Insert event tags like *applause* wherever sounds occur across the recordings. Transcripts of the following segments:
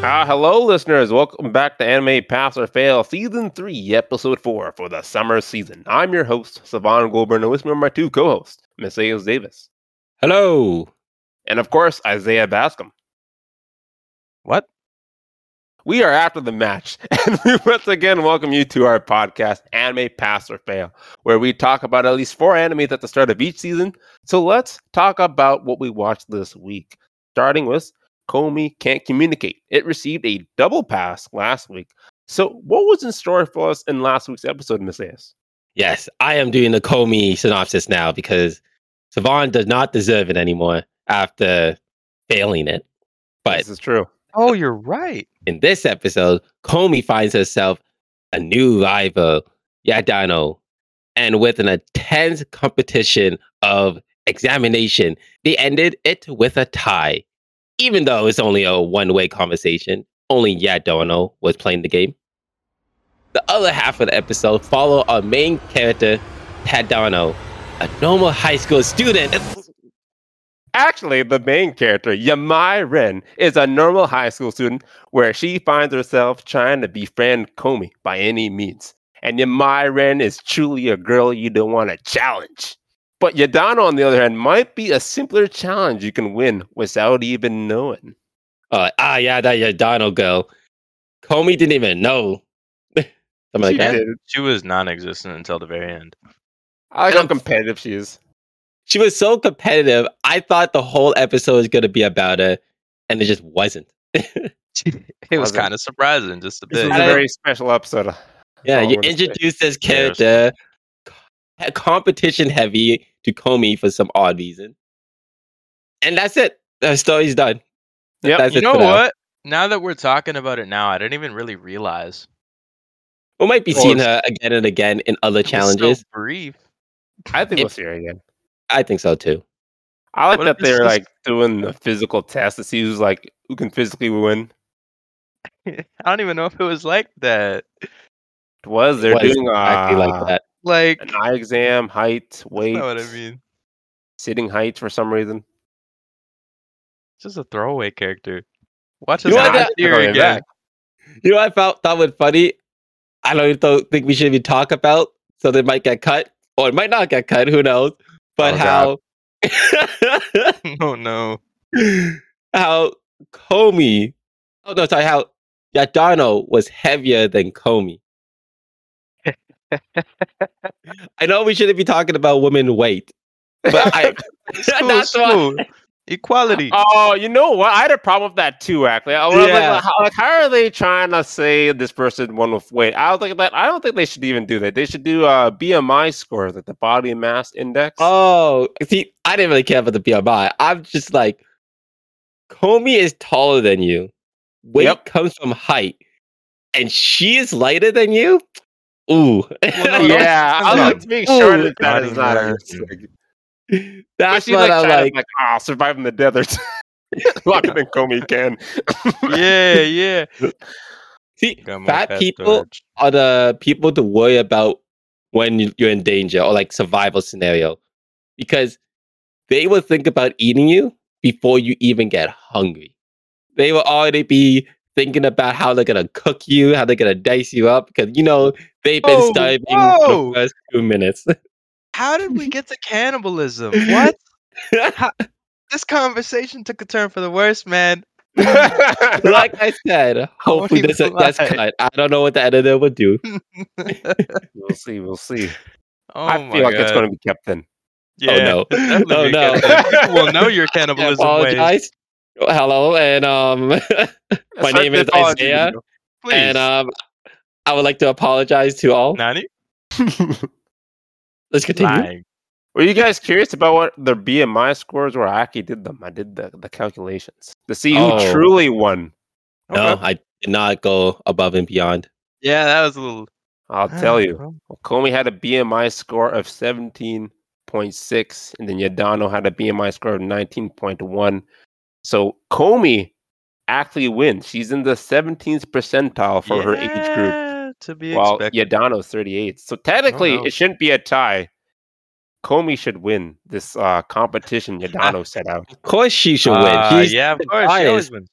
Ah, hello, listeners. Welcome back to Anime Pass or Fail, Season 3, Episode 4 for the summer season. I'm your host, Savan Goldberg, and with me are my two co hosts, Miss Ayos Davis. Hello. And of course, Isaiah Bascom. What? We are after the match, *laughs* and we once again welcome you to our podcast, Anime Pass or Fail, where we talk about at least four animes at the start of each season. So let's talk about what we watched this week, starting with Comey Can't Communicate. It received a double pass last week. So, what was in store for us in last week's episode, Miss S? Yes, I am doing the Comey synopsis now because Savon does not deserve it anymore after failing it. But This is true. Oh, you're right. in this episode, Comey finds herself a new rival, Yadano, and with an intense competition of examination, they ended it with a tie. Even though it's only a one way conversation, only Yadano was playing the game. The other half of the episode follow our main character, Tadano, a normal high school student. Actually, the main character, Yamai Ren, is a normal high school student where she finds herself trying to befriend Comey by any means. And Yamai Ren is truly a girl you don't want to challenge. But Yadano, on the other hand, might be a simpler challenge you can win without even knowing. Uh, ah, yeah, that Yadano girl. Comey didn't even know. *laughs* I'm like, She that. did. She was non-existent until the very end. I like how And I'm- competitive she is. she was so competitive. I thought the whole episode was going to be about her, and it just wasn't. It was Wasn't. kind of surprising, just a This bit. is a very special episode. Yeah, all Oh, I you wanna say. introduced this Yes. character, co- competition heavy to Comey for some odd reason, and that's it. The story's done. Yep. That's you it know for now. what? Now that we're talking about it now, I didn't even really realize. We might be Well, seeing it's- her again and again in other It was so challenges. brief. I think we'll If- see her again. I think so too. I like What that if this they're is- like doing the physical test to see who's like who can physically win. I don't even know if it was like that. It was they're Was doing uh, Exactly Ah. like that. Like, an eye exam, height, *laughs* you weight, know what I mean? sitting height for some reason. Just a throwaway character. Watch You us know out what that- *laughs* here Throwing again. back. You know, what I felt that was funny. I don't even th- think we should even talk about. So they might get cut, or it might not get cut. Who knows? But Oh, God. how? *laughs* *laughs* Oh no. how Comey? Oh no, sorry. How Yadano was heavier than Comey. I know we shouldn't be talking about women weight, but *laughs* I. *laughs* School, that's why- *laughs* school. Equality. Oh, you know what? I had a problem with that too. Actually, I was like, Yeah. how- like, how are they trying to say this person won with weight? I was like, that I don't think they should even do that. They should do uh, BMI scores, like the body mass index. *laughs* Oh, see, I didn't really care about the BMI. I'm just like, Comey is taller than you. Weight Yep. comes from height, and she is lighter than you. Ooh, *laughs* Well, no, yeah, I no, like to make sure Ooh. that that is not. Body *laughs* a- that's Especially, what I'm China's like. like, ah, surviving the desert. *laughs* Longer than Comey can. *laughs* yeah, yeah. See, Got more fat fat people storage. are the people to worry about when you- you're in danger or like survival scenario, because they will think about eating you before you even get hungry. They will already be thinking about how they're gonna cook you, how they're gonna dice you up, because you know they've been Whoa, starving Oh, whoa. for the first two *laughs* minutes. *laughs* How *laughs* did we get to cannibalism? What? How- this conversation took a turn for the worse, man. *laughs* like I said, hopefully even this *laughs* that's lie. cut. I don't know what the editor would do. Oh, we'll see. We'll see. Oh I my feel like it's God. going to be kept in. Yeah, no. it's *laughs* definitely Oh, *laughs* a no. cannibalism. People will know your cannibalism ways. Apologize. Hello, and um. *laughs* My name is Isaiah. Please. And um, I would like to apologize to all. Nani? *laughs* Let's continue. Lying. Were you guys curious about what their BMI scores were? I actually did them. I did the, the calculations to see who Oh. truly won. No, Okay. I did not go above and beyond. Yeah, that was a little. I'll tell Ah. you. Comey had a BMI score of 17.6, and then Yadano had a BMI score of 19.1. So Comey actually wins. She's in the 17th percentile for her age group, Yeah, To be while expected. Yadano's 38. So technically, no. it shouldn't be a tie. Comey should win this uh, *laughs* competition Yadano set out. Of course, she should Uh, win. She's yeah, of course. She biased. always wins.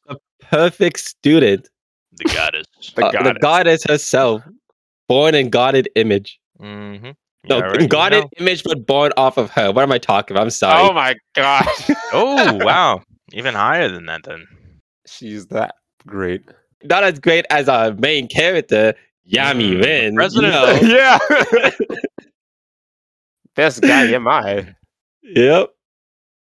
perfect student The *laughs* goddess. The Uh, goddess. the goddess herself, born in godded image. mm-hmm. No, godded image, but born off of her. What am I talking about? I'm sorry. Oh my god. *laughs* Oh wow, even higher than that then. She's that great. Not as great as our main character, Yami Mm, Rin. you *laughs* president. *laughs* know. Yeah. Best *laughs* guy am I. Yep.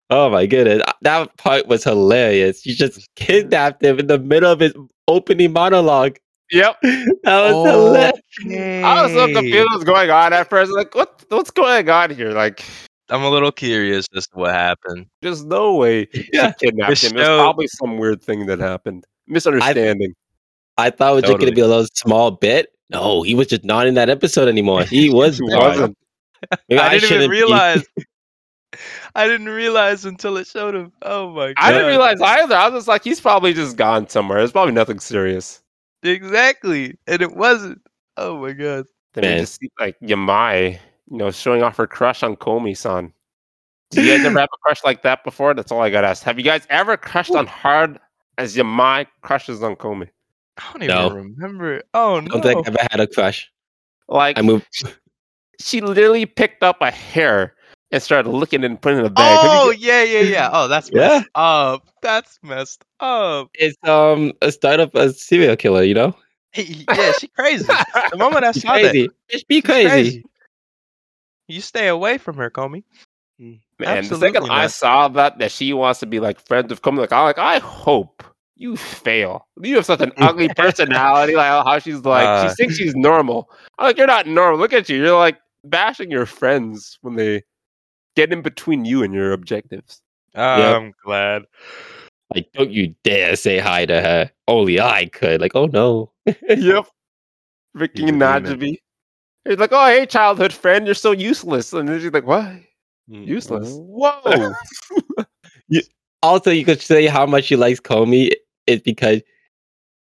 Oh my goodness. Uh, That part was hilarious. You just kidnapped him in the middle of his opening monologue. *laughs* Yep. That was Oh. *laughs* hilarious. I was so confused what was going on at first. Like, what what's going on here? Like, I'm a little curious as to what happened. there's no way Yeah. she kidnapped There's him. It's no- probably some weird thing that happened. Misunderstanding. I thought it was just Totally. gonna be a little small bit. No, he was just not in that episode anymore. *laughs* He was She gone. wasn't. Maybe I didn't even shouldn't be- *laughs* realize. I didn't realize until it showed him. Oh my god! I didn't realize either. I was just like, he's probably just gone somewhere. It's probably nothing serious. exactly, and it wasn't. Oh my god! Then we Man. just see like Yamai, you know, showing off her crush on Komi san. Do you guys ever have a crush like that before? That's all I got to ask. Have you guys ever crushed on hard as Yamai crushes on Komi? I don't even No. remember. Oh I no! don't think I've ever had a crush. Like, I moved. she literally picked up a hair and started looking and putting it in a bag. Have you oh yeah, yeah, yeah. Oh, that's Yeah. messed up. That's messed up. It's um a start of a serial killer, you know? yeah, she crazy. The *laughs* moment I She's saw that, crazy. Bitch, be crazy. You stay away from her, Comey. Man, the Absolutely second I not. saw that that she wants to be like friends with Komi, like I like I hope you fail. You have *laughs* such an ugly personality. Like how she's like Uh. she thinks she's normal. I'm like you're not normal. Look at you. You're like bashing your friends when they get in between you and your objectives. *laughs* Yep. I'm glad. Like, don't you dare say hi to her. Only I could. Like, oh no. yep. Vicky He's a and demon. Najabi. He's like, oh hey, childhood friend, you're so useless. And then she's like, Oh, what? *laughs* Useless. Mm, *laughs* Whoa. Also, you could say how much she likes Comey is because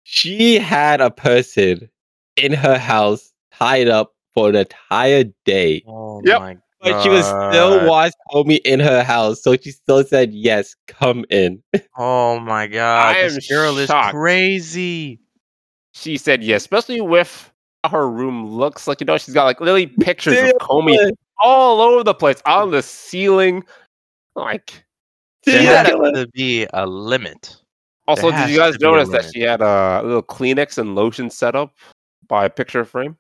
she had a person in her house tied up for an entire day. oh Yep. my god. But she was still wants Comey in her house. So she still said, yes, come in. Oh my god. I am this girl shocked. is crazy. She said yes, especially with how her room looks like you know she's got like literally pictures of Comey all over the place on the ceiling. Like, There She Serial had has a- killer. to be a limit. also, has did you guys to be a notice that limit. she had a little Kleenex and lotion set up by a picture frame?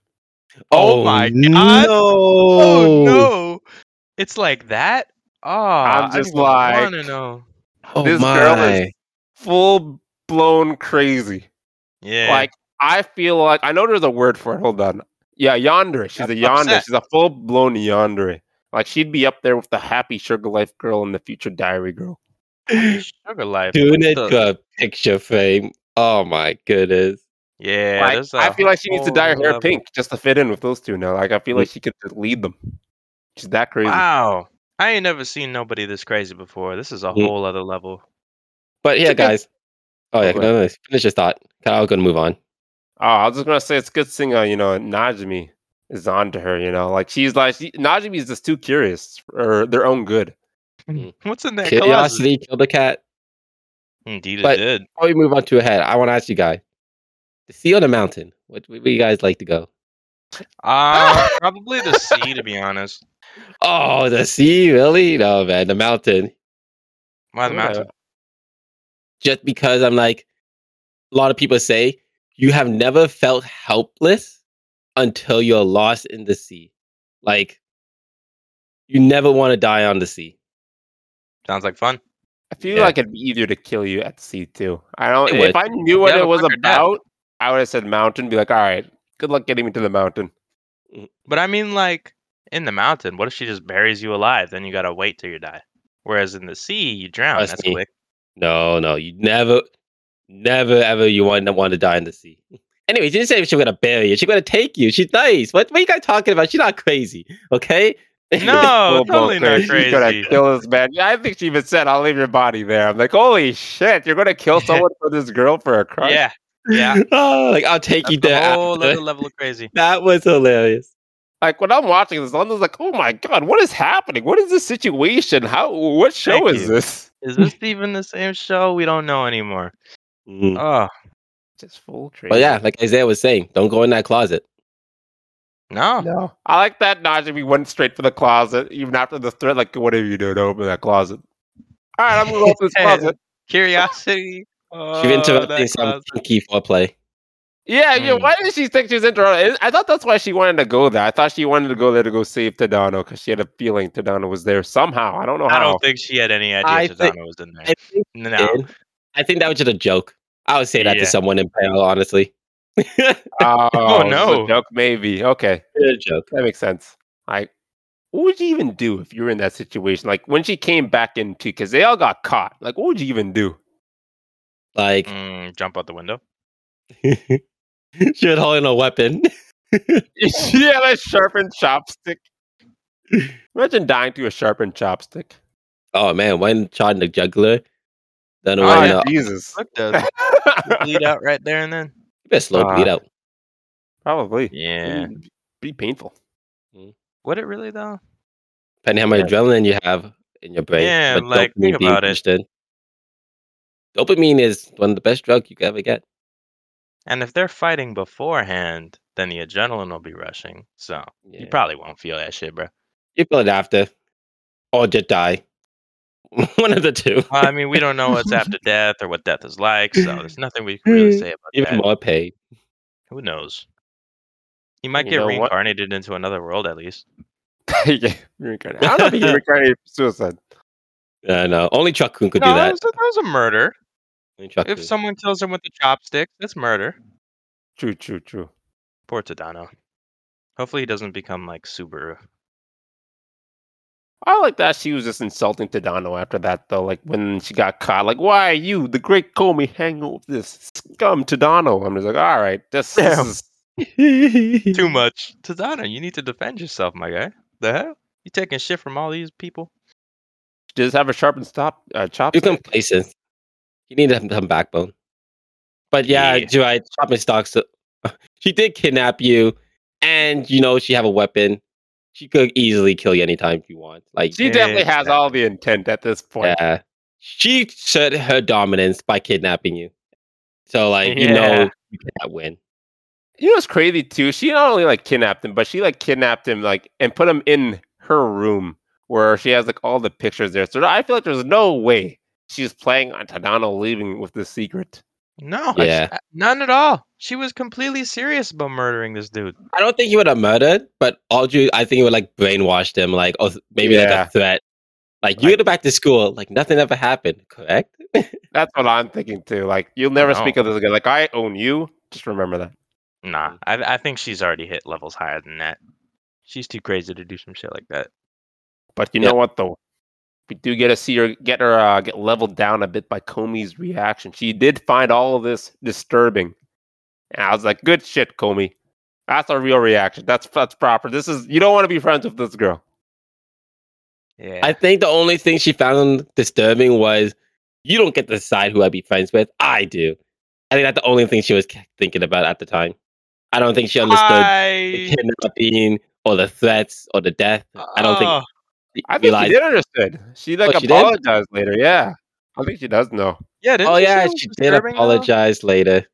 Oh my God. No. Oh no. It's like that? Oh, I'm just like, want to know. Oh This my. girl is- Full blown crazy. Yeah. Like, I feel like I know there's a word for it. Hold on. Yeah, yonder. She's a Upset. yonder. She's a full blown yonder. Like she'd be up there with the happy sugar life girl and the future diary girl. sugar life. Doing what's it the- to a picture frame. Oh my goodness. Yeah. Like, there's a I feel like she needs to whole dye her hair level. pink just to fit in with those two now. Like I feel like she could just lead them. She's that crazy. Wow. I ain't never seen nobody this crazy before. This is a Mm. whole other level. *laughs* But yeah, It's a good- guys. Oh yeah, Go no, no, no, finish your thought. I was gonna move on. Oh, I was just gonna say it's good seeing uh, you know, Najmi is on to her, you know. Like she's like she, Najmi is just too curious for their own good. Mm. What's in that closet? Curiosity killed the cat. Indeed, But- it *laughs* did. Before we move on to ahead, I want to ask you guys: the sea or the mountain? What where you guys like to go? Uh, probably the sea, to be honest. Oh, the sea, really? No, man, the mountain. Why the Yeah. mountain? Just because I'm like, a lot of people say you have never felt helpless until you're lost in the sea. Like, you never want to die on the sea. Sounds like fun. I feel Yeah. like it'd be easier to kill you at sea too. I don't It if I knew what Yeah, it was quicker death. about, I would have said mountain, be like, all right, good luck getting me to the mountain. But I mean, like in the mountain, what if she just buries you alive? Then you gotta wait till you die. Whereas in the sea, you drown. Trust That's me. quick. No, no, you never, never, ever you want to want to die in the sea. *laughs* Anyway, she didn't say she was gonna bury you. She's gonna take you. She's nice. What, what are you guys talking about? She's not crazy, okay? *laughs* No, Full-blown totally not She's gonna crazy. kill this man. Yeah, I think she even said, "I'll leave your body there." I'm like, holy shit, you're gonna *laughs* kill someone for this girl for a crush? Yeah, yeah. Oh, like I'll take That's you there. a whole after. other level of crazy. *laughs* That was hilarious. Like when I'm watching this, I'm just like, oh my god, what is happening? What is this situation? How? What show Thank is you. this? Is this even the same show? We don't know anymore. Mm. Oh, Just full trade. But yeah, like Isaiah was saying, don't go in that closet. No. No. I like that Najee. We went straight for the closet, even after the threat. Like, what are you doing to open that closet? All right, I'm going to *laughs* open this closet. Curiosity. she been Oh, interrupting that some *laughs* closet. kinky foreplay. Yeah, yeah. Mm. Why did she think she was in Toronto? I thought that's why she wanted to go there. I thought she wanted to go there to go save Tadano because she had a feeling Tadano was there somehow. I don't know how. I *laughs* don't think she had any idea I Shazana think- was in I there. think, No. dude, I think that was just a joke. I would say that Yeah. to someone in peril, honestly. oh, this is a no. joke maybe. Okay, a joke. that makes sense. Like, what would you even do if you were in that situation? Like when she came back into because they all got caught. Like, what would you even do? *laughs* Like Mm, jump out the window. Mm. *laughs* she was holding a weapon. *laughs* she had a sharpened chopstick. Imagine dying to a sharpened chopstick. Oh man, one shot in the juggler. Then Oh, one yeah. uh, Ah, Jesus. *laughs* *laughs* Look, does bleed out right there and then. you better slow Ah. bleed out. Probably. Yeah. It'd Be painful. Would it really though? Depending how much Yeah. adrenaline you have in your brain. Yeah, but like, think dopamine being about it. pushed in. Dopamine is one of the best drugs you could ever get. And if they're fighting beforehand, then the adrenaline will be rushing. So Yeah. you probably won't feel that shit, bro. You feel it after, or just die. *laughs* one of the *laughs* two. Well, I mean, we don't know what's after death or what death is like, so *laughs* there's nothing we can really say about Mm. Even that. more pain. Who knows? He might You get know what? reincarnated into another world at least. yeah, reincarnate. I don't know if you *laughs* can reincarnate for suicide. Uh, no, only Chakun could no, do that. was, that was a murder. Only If Chakun. someone kills him with a chopstick, that's murder. True, true, true. Poor Tadano. Hopefully, he doesn't become like Subaru. I like that she was just insulting Tadano after that, though. Like when she got caught, like, why are you, the great Comey, hanging out with this scum Tadano? I'm just like, all right, this, *laughs* this Damn. is. *laughs* Too much. Tadano, you need to defend yourself, my guy. The hell? You taking shit from all these people? Just have a sharpened stop, uh, Too chopstick. complacent. You need some, some backbone. But yeah, Yeah. do I chop my stocks? *laughs* She did kidnap you, and you know she have a weapon. She could easily kill you anytime you want. Like She definitely has all the intent at this point. yeah, she showed her dominance by kidnapping you. So like you Yeah. know you cannot win. You know what's crazy too? She not only like kidnapped him, but she like kidnapped him like and put him in her room where she has like all the pictures there. So I feel like there's no way she's playing on Tadano leaving with this secret. No, I- Yeah. I- none at all. She was completely serious about murdering this dude. I don't think he would have murdered, but Audrey, I think he would like brainwash them, like oh maybe Yeah. like a threat. Like you Like- go back to school, like nothing ever happened, correct? That's what I'm thinking too. Like you'll never No. speak of this again. Like I own you. Just remember that. Mm. Nah, I, I think she's already hit levels higher than that. She's too crazy to do some shit like that. But you Yeah. know what though? We do get to see her get her uh, get leveled down a bit by Comey's reaction. She did find all of this disturbing. And I was like, good shit, Comey. That's a real reaction. That's that's proper. This is you don't want to be friends with this girl. Yeah. I think the only thing she found disturbing was you don't get to decide who I be friends with. I do. I think that's the only thing she was ca- thinking about at the time. I don't think she understood the I, kidnapping or the threats or the death. *laughs* I don't think Oh, she I think realized. she did understand. She like Oh, she did? apologized later. Yeah, I think she does know. yeah, didn't oh you say yeah, it was she did disturbing, though? apologize later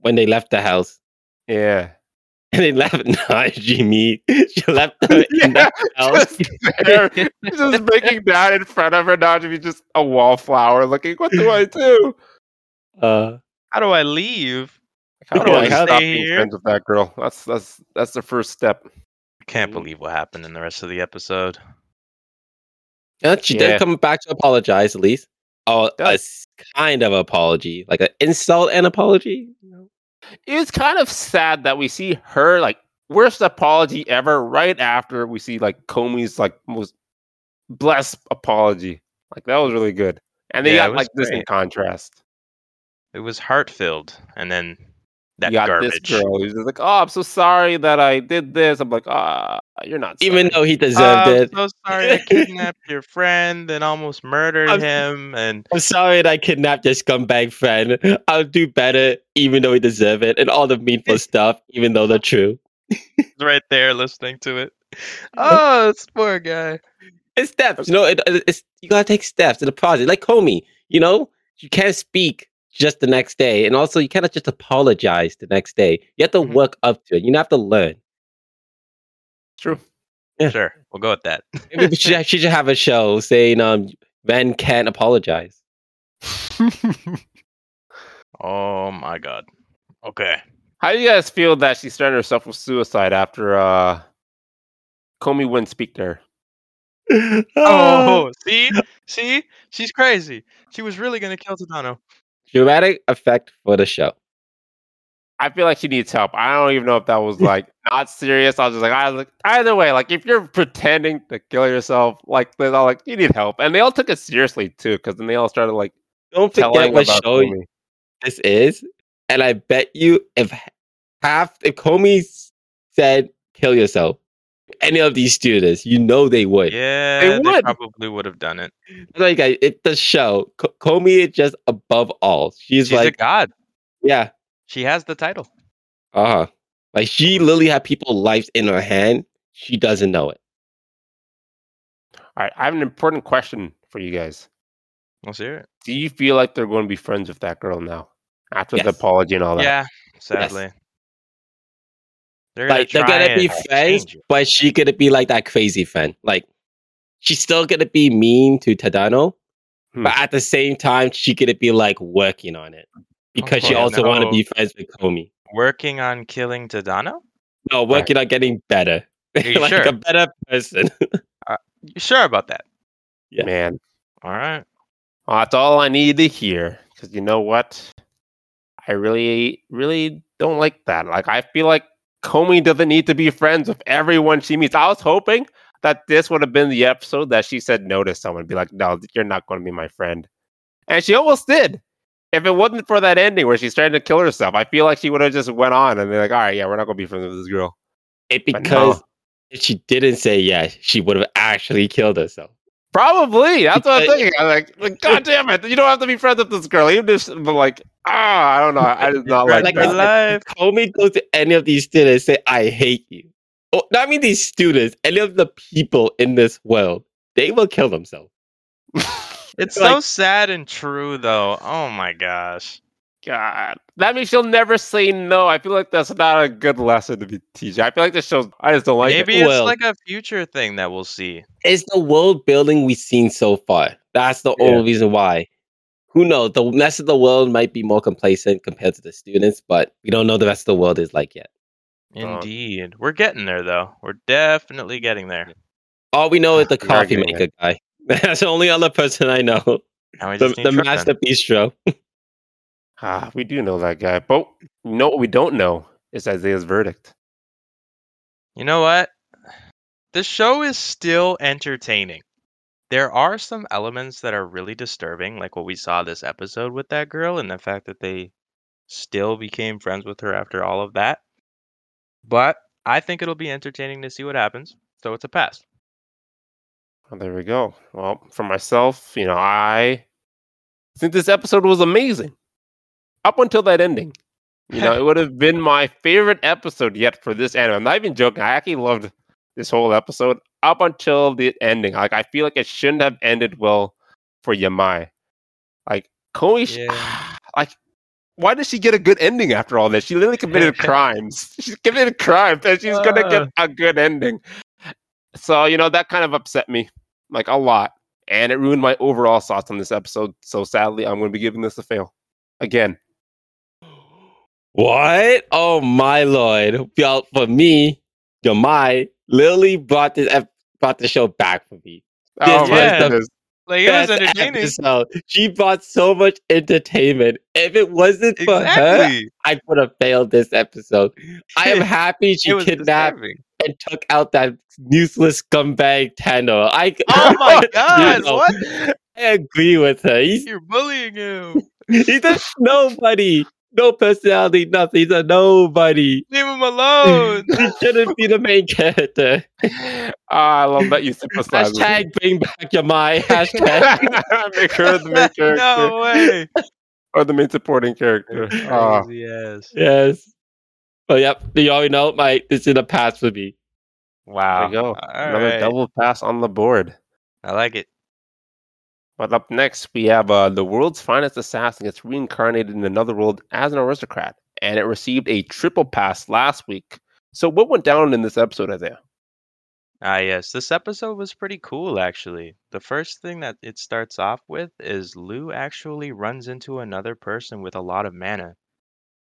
when they left the house. *laughs* Yeah, *laughs* And they left *laughs* Najee me. *laughs* She left her *laughs* in *laughs* Yeah, the house. just there, just breaking down in front of her, not to be just a wallflower looking. What do I do? Uh, How do I leave? How Yeah, do I like, just how- stop Stay being here. friends with that girl? That's that's that's the first step. Can't Mm. believe what happened in the rest of the episode. Yeah, Uh, she Yeah. did come back to apologize at least. Oh, a Does. s- kind of apology, like an insult and apology. you know? It's kind of sad that we see her like worst apology ever right after we see like Comey's like most blessed apology. Like that was really good, and they Yeah, it got was like this in great. contrast. It was heart filled, and then that you got garbage. this girl who's just like, oh, I'm so sorry that I did this. I'm like, ah, you're not. sorry." Even though he deserved I'm Um, it, so sorry *laughs* I kidnapped your friend and almost murdered I'm- him. And I'm sorry that I kidnapped your scumbag friend. I'll do better, even though he deserved it, and all the meanful stuff, even though they're true. he's right there listening to *laughs* it. Oh, this poor guy. It's steps, you know. It, it's you gotta take steps in the process, like Comey. You know, you can't speak. just the next day. And also, you cannot just apologize the next day. You have to Mhm. work up to it. You have to learn. True. Yeah. Sure, we'll go with that. Maybe she, *laughs* should- she should have a show saying, um, men can't *laughs* apologize. Oh my god. *laughs* Okay. *laughs* How do you guys feel that she surrounded herself with suicide after uh, Comey wouldn't speak to her? Oh, see, see, she's crazy. She was really gonna kill Tadano. Dramatic effect for the show. I feel like she needs help. I don't even know if that was *laughs* like not serious. I was just like, I was like, either way, like if you're pretending to kill yourself, like they're all like, you need help, and they all took it seriously too, because then they all started like Don't forget telling what about show Comey. this is. And I bet you if half, if Comey s- said, kill yourself, any of these students, you know they would. Yeah, would. probably would have done it. It's Like I- it, the show, Co- Comey is just above all. She's, She's a like, god. yeah, She has the title. uh huh. Like she literally had people's lives in her hand. She doesn't know it. All right, I have an important question for you guys. Let's hear it. Do you feel like they're going to be friends with that girl now after the Yes. apology and all that? Yeah, sadly. They're Like they're gonna be friends, but she gonna be like that crazy friend. Like she's still gonna be mean to Tadano, Hmm. but at the same time, she gonna be like working on it because she yeah, also want to no. be friends with Comey. Working on killing *laughs* Tadano? No, working on getting better, Are *laughs* you like um sure? a better person. *laughs* You sure about that? Yeah. man. All right. Well, that's all I needed to hear. Because you know what? I really, really don't like that. Like, I feel like Comey doesn't need to be friends with everyone she meets. I was hoping that this would have been the episode that she said no to someone, be like, no, you're not going to be my friend. And she almost did. If it wasn't for that ending where she's trying to kill herself, I feel like she would have just went on and they're like, all right, yeah, we're not going to be friends with this girl. It But no. because if she didn't say yes, she would have actually killed herself. Probably. That's what I'm Because- thinking. I'm like, like, God damn it. You don't have to be friends with this girl. Even if, but like, ah, I don't know. I did not like, Oh, Like, that. I said, if Comey goes to any of these students say, I hate you. Oh, no, I mean these students, any of the people in this world, they will kill themselves. It's Like- so sad and true, though. Oh my gosh. God. That means she'll never say no. I feel like that's not a good lesson to be teaching. I feel like this shows I just don't like Maybe it. it's Well- like a future thing that we'll see. It's the world building we've seen so far. That's the Yeah. only reason why. Who knows? The rest of the world might be more complacent compared to the students, but we don't know the rest of the world is like yet. Uh, Indeed. We're getting there, though. We're definitely getting there. All we know is the We are coffee getting maker guy. *laughs* That's the only other person I know. Now we The, just need the Trip then. master bistro. Ah, we do know that guy. But you know what we don't know is Isaiah's verdict. You know what? The show is still entertaining. There are some elements that are really disturbing, like what we saw this episode with that girl and the fact that they still became friends with her after all of that. But I think it'll be entertaining to see what happens. So it's a pass. Well, Oh, there we go. Well, for myself, you know, I think this episode was amazing. Up until that ending. You know, it would have been my favorite episode yet for this anime. I'm not even joking. I actually loved this whole episode up until the ending. Like I feel like it shouldn't have ended well for Yamai. Like Koei, sh- Yeah. *sighs* like why did she get a good ending after all this? She literally committed crimes. *laughs* She's committed crimes, and she's gonna get a good ending. So you know that kind of upset me, like a lot, and it ruined my overall thoughts on this episode. So sadly, I'm gonna be giving this a fail again. What? Oh my lord! Y'all, for me, Yamai Lily brought this ep- brought the show back for me. Oh This my was the goodness. Like it was Best entertaining. episode. She brought so much entertainment. If it wasn't for her, Exactly. I would have failed this episode. I *laughs* am happy she It was kidnapped disturbing. and took out that useless scumbag Tano. *laughs* I *laughs* Oh my You god, know, what? I agree with her. *laughs* He's You're bullying him. he's a nobody. No personality, nothing. He's a nobody. Leave him *laughs* alone. *laughs* He shouldn't be the main character. Ah, I love that you sympathize. with me. Hashtag bring back your mind. Hashtag. *laughs* make her the main character *laughs* no way. or the main supporting character. Ah. Crazy ass. yes. But yep, you already know my this is a pass for me. Wow. go. All Another right. double pass on the board. I like it. But up next, we have uh, the world's finest assassin gets reincarnated in another world as an aristocrat, and it received a triple pass last week. So, what went down in this episode, Isaiah? Ah, yes. This episode was pretty cool, actually. The first thing that it starts off with is Lou actually runs into another person with a lot of mana.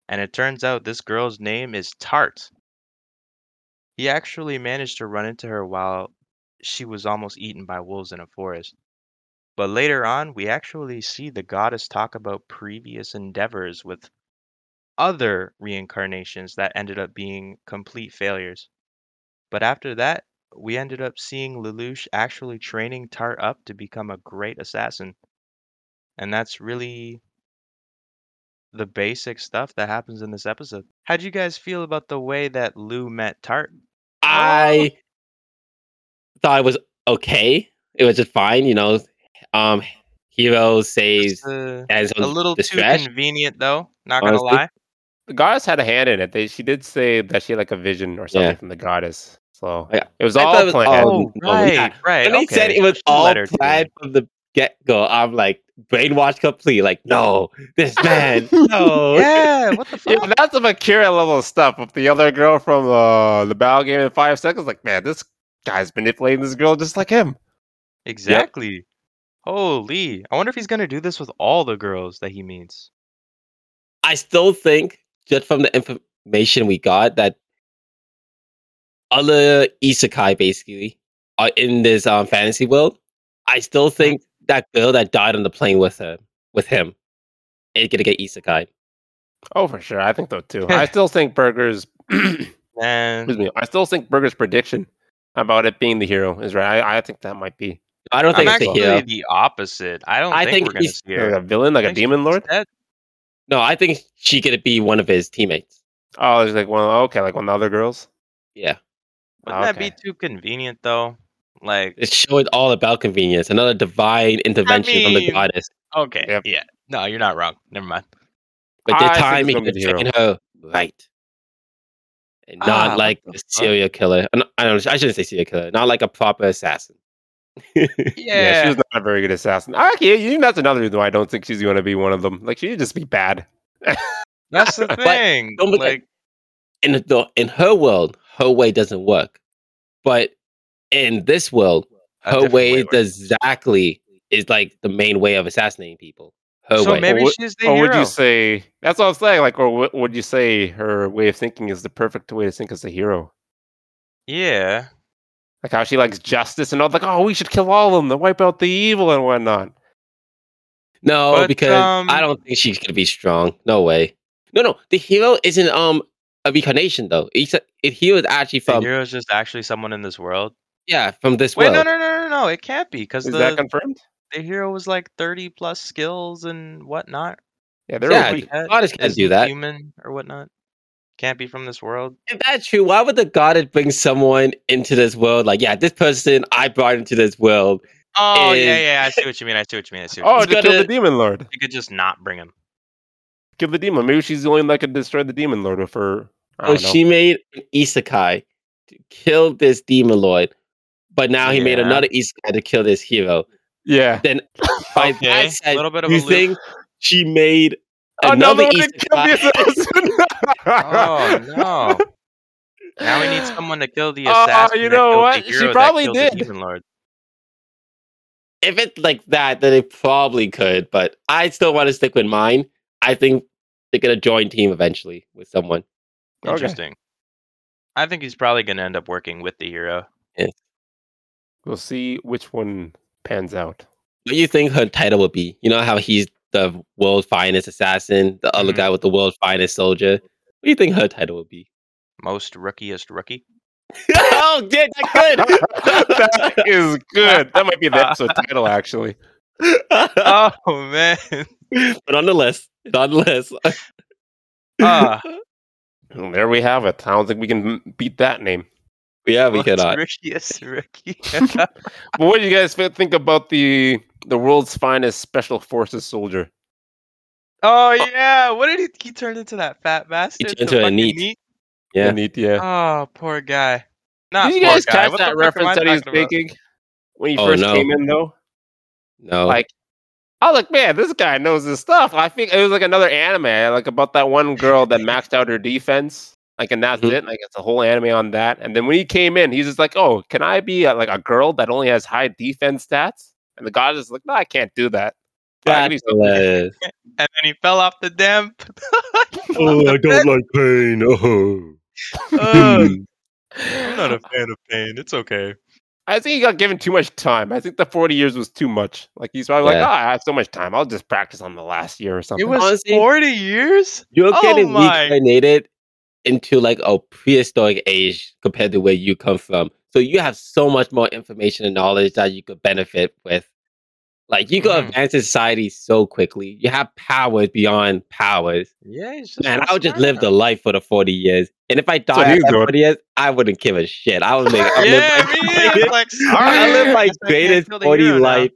And it turns out this girl's name is Tart. He actually managed to run into her while she was almost eaten by wolves in a forest. But later on, we actually see the goddess talk about previous endeavors with other reincarnations that ended up being complete failures. But after that, we ended up seeing Lelouch actually training Tart up to become a great assassin. And that's really the basic stuff that happens in this episode. How do you guys feel about the way that Lou met Tart? I thought it was okay. It was just fine, you know. Um, hero saves Just, uh, as a little too distress. convenient, though. Not gonna Honestly. lie. The goddess had a hand in it. They, she did say that she had like a vision or something Yeah. from the goddess. So Yeah. it was I all thought it was planned. all- Oh, no, we- right, right. When they okay. said it was I all let her do planned it. from the get go, I'm like brainwashed completely. Like, no, this man, no. Yeah, what *laughs* the If fuck? that's some Akira level stuff. If the other girl from uh, the battle game in five seconds, like, man, this guy's manipulating this girl just like him. Exactly. Holy. I wonder if he's gonna do this with all the girls that he meets. I still think, just from the information we got, that other isekai basically are in this um, fantasy world. I still think that girl that died on the plane with her, with him, is gonna get isekai. Oh, for sure. I think so *laughs* too. I still think Burger's *clears throat* Man, excuse me. I still think Burger's prediction about it being the hero is right. I, I think that might be I don't I'm think actually it's a hero. the opposite. I don't I think, think we're gonna he's- see her. like a villain, like a Thanks. demon lord. Instead, No, I think she could be one of his teammates. Oh, it's like one. Okay, like one of the other girls. Yeah, Wouldn't that Oh, Okay. be too convenient though? Like it's showing all about convenience. Another divine intervention from the mean- goddess. okay, Yep. yeah. No, you're not wrong. Never mind. But the I think time it's he gonna be could the hero. train her right, and Ah, not what like the a fuck? serial killer. uh, no, I don't. I shouldn't say serial killer. Not like a proper assassin. *laughs* Yeah. she was not a very good assassin. Okay, you, that's another reason why I don't think she's going to be one of them. Like she'd just be bad. That's *laughs* the thing. don't look at- like, in the in her world, her way doesn't work. But in this world, a her different way works. exactly is like the main way of assassinating people. Her so way. maybe Or would- she's the or hero. would you say that's what I'm saying? Like, or w- would you say her way of thinking is the perfect way to think as a hero? yeah. Like how she likes justice and all. Like, oh, we should kill all of them to wipe out the evil and whatnot. no, but, because um, I don't think she's gonna be strong. No way. No, no. The hero isn't um a reincarnation though. It's a, it, he was actually The from hero is just actually someone in this world. yeah from this Wait, world. no, no, no, no, no. It can't be because Is that the, confirmed? the hero was like 30 plus skills and whatnot. Yeah, they're Yeah, weak. That Goddess can't isn't do that. Human or whatnot. Can't be from this world. If that's true, why would the goddess bring someone into this world? Like, yeah, this person I brought into this world. Oh, yeah, Is- yeah. I see what you mean. I see what you mean. I see what you Oh, mean. just kill gotta- the demon lord. You could just not bring him. Kill the demon. Maybe she's the only one that can destroy the demon lord with her. I So don't know. she made an isekai to kill this demon lord, but now he made Yeah. another isekai to kill this hero. yeah. Then by Okay, that said, little bit of a you loop. think she made Another another, one that killed the isekai? assassin. *laughs* Oh, no. Now *laughs* we need someone to kill the Oh, assassin. you that know killed the what? She hero that probably killed the did. Demon Lord. If it's like that, then it probably could. But I still want to stick with mine. I think they're gonna join team eventually with someone. *laughs* Okay. Interesting. I think he's probably going to end up working with the hero. We'll see which one pans *laughs* out. What do you think her title would be? You know how he's the world finest assassin, the other Mhm. guy with the world finest soldier. What do you think her title would *laughs* be? Most rookiest *laughs* rookie. oh, did that that is good. That might be the episode title, actually. good? *laughs* Oh, man. but on the list, on the list. *laughs* *laughs* *laughs* Ah, And there we have it. I don't think we can beat that name. yeah, we most *laughs* cannot. Rookiest rookie. *laughs* But what do you guys fi- think about the the world's finest special forces soldier? oh, yeah. What did he, he turn into that fat bastard? turned The into a fucking neat. Yeah. Beneath, yeah. Oh, poor guy. Not Did you poor guys guy. catch What the that fuck am I reference that he's talking about? making when he Oh, first no. came in, though? No, Like I was like, man, this guy knows his stuff. I think it was like another anime, like about that one girl that maxed out her defense. Like, and that's Mhm. Mm-hmm. it. Like, it's a whole anime on that. And then when he came in, he's just like, oh, can I be uh like a girl that only has high defense stats? And the god is like, no, I can't do that. But I can do That's something. hilarious. and then he fell off *laughs* the damn. oh, *laughs* I don't like pain. Oh. Ugh, I'm not a fan of pain. It's okay. I think he got given too much time. I think the 40 years was too much. Like, he's probably like, Yeah. oh, I have so much time. I'll just practice on the last year or It something. was Honestly- 40 years. You're Oh getting my. reincarnated into like a prehistoric age compared to where you come from. So you have so much more information and knowledge that you could benefit with. Like you could Mhm. advance society so quickly. You have powers beyond powers. Yeah, he's Man, a I would just live the smart life for the 40 years. And if I what die he's after doing. 40 years, I wouldn't give a shit. I would make I guy. would *laughs* Yeah, live I mean, my yeah, it's greatest- like *laughs* I alright, live my guess I can't greatest kill the 40 hero now. life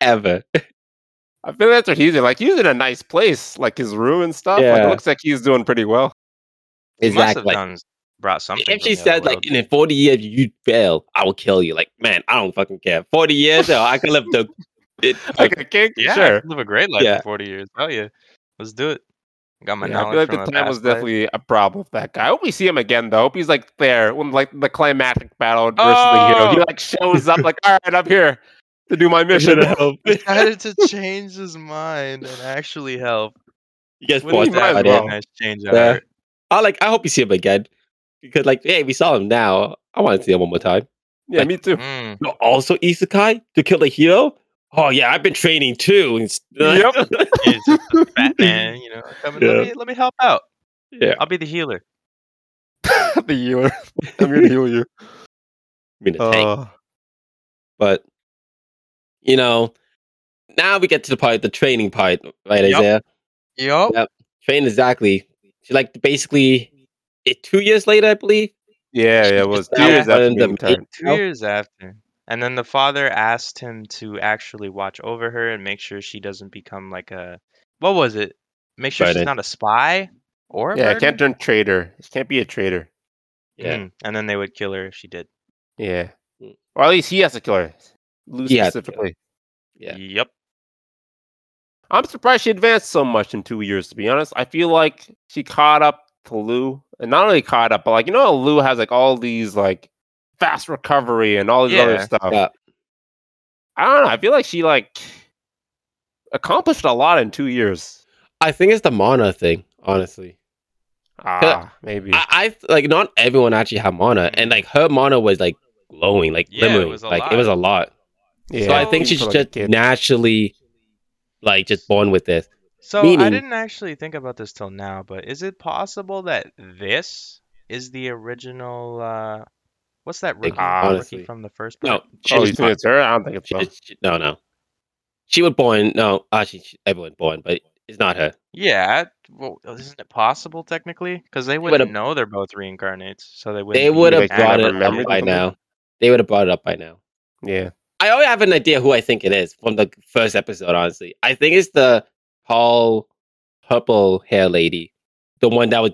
ever. I feel that's what he's in. Like, he's in a nice place, like his room and stuff. Like, it Yeah. looks like he's doing pretty well. He must have Exactly. done- brought something. If from she the other said like world. in 40 years you fail, I will kill you. Like, man, I don't fucking care. 40 years, yo, I could live *laughs* the it, Like a kid, yeah, I sure. could live a great life Yeah. for 40 years. Hell yeah, let's do it. Got my Yeah, I knowledge feel like from the a time past was life. definitely a problem with that guy. I hope we see him again though. I hope he's like there when like the climactic battle versus the hero. He Oh! like shows up like, all right, I'm here to do my mission. *laughs* decided to change his mind and actually help. *laughs* you guys What do you forced mean by that. That'd that? out be a well. there. nice change Yeah. out. I like I hope you see him again. Because like, hey, we saw him now. I want to see him one more time. yeah, me *laughs* too. Mm. You're also Isekai to kill the hero? Oh yeah, I've been training too. uh, And s- Yep. He's just a fat man, you know. Come and Yeah. let, me, let me help out. *laughs* yeah. I'll be the healer. the healer. *laughs* I'm here to heal *laughs* you. I mean, a tank. Uh, But you know, now we get to the part, the training part, right, Yup. Isaiah? Yup. Yep. Train exactly. She like basically it, two years later, I believe. yeah, yeah, it was two Yeah. years after And the being turned. Two Nope. years after. And then the father asked him to actually watch over her and make sure she doesn't become like a what was it? Make sure she's Burden. not a spy or a Yeah, I burden? can't turn traitor. It can't be a traitor. Yeah. Mm. And then they would kill her if she did. Yeah. Hmm. Mm. Or at least he has to kill her. Lou He has to kill her. specifically. Yeah. Yep. I'm surprised she advanced so much in two years, to be honest. I feel like she caught up to Lou. And not only caught up, but like, you know how Lou has like all these like fast recovery and all these other Yeah. stuff. Yeah. I don't know. I feel like she like accomplished a lot in two years. I think it's the mana thing, honestly. Ah, maybe. I, I th- like not everyone actually had Mm-hmm. mana, and like her mana was like glowing, like Yeah, it glimmering, was a like lot. it was a lot. yeah. So I think she's For, like, a just kid. naturally, like just born with this. So I Meaning- didn't actually think about this till now, but is it possible that this is the original uh what's that rookie, Ah, honestly. rookie from the first No, book? she Oh, was you think it's her? I don't think it's her. She- she- no, no. She was born. No, actually, she, everyone born, but it's not her. Yeah, well, isn't it possible technically? Because they would've- wouldn't know they're both reincarnates, so they wouldn't. They be would have like, active. brought have it her memory up or by something? now. They would have brought it up by now. Yeah. I already have an idea who I think it is from the first episode. Honestly, I think it's the tall, purple hair lady, the one that was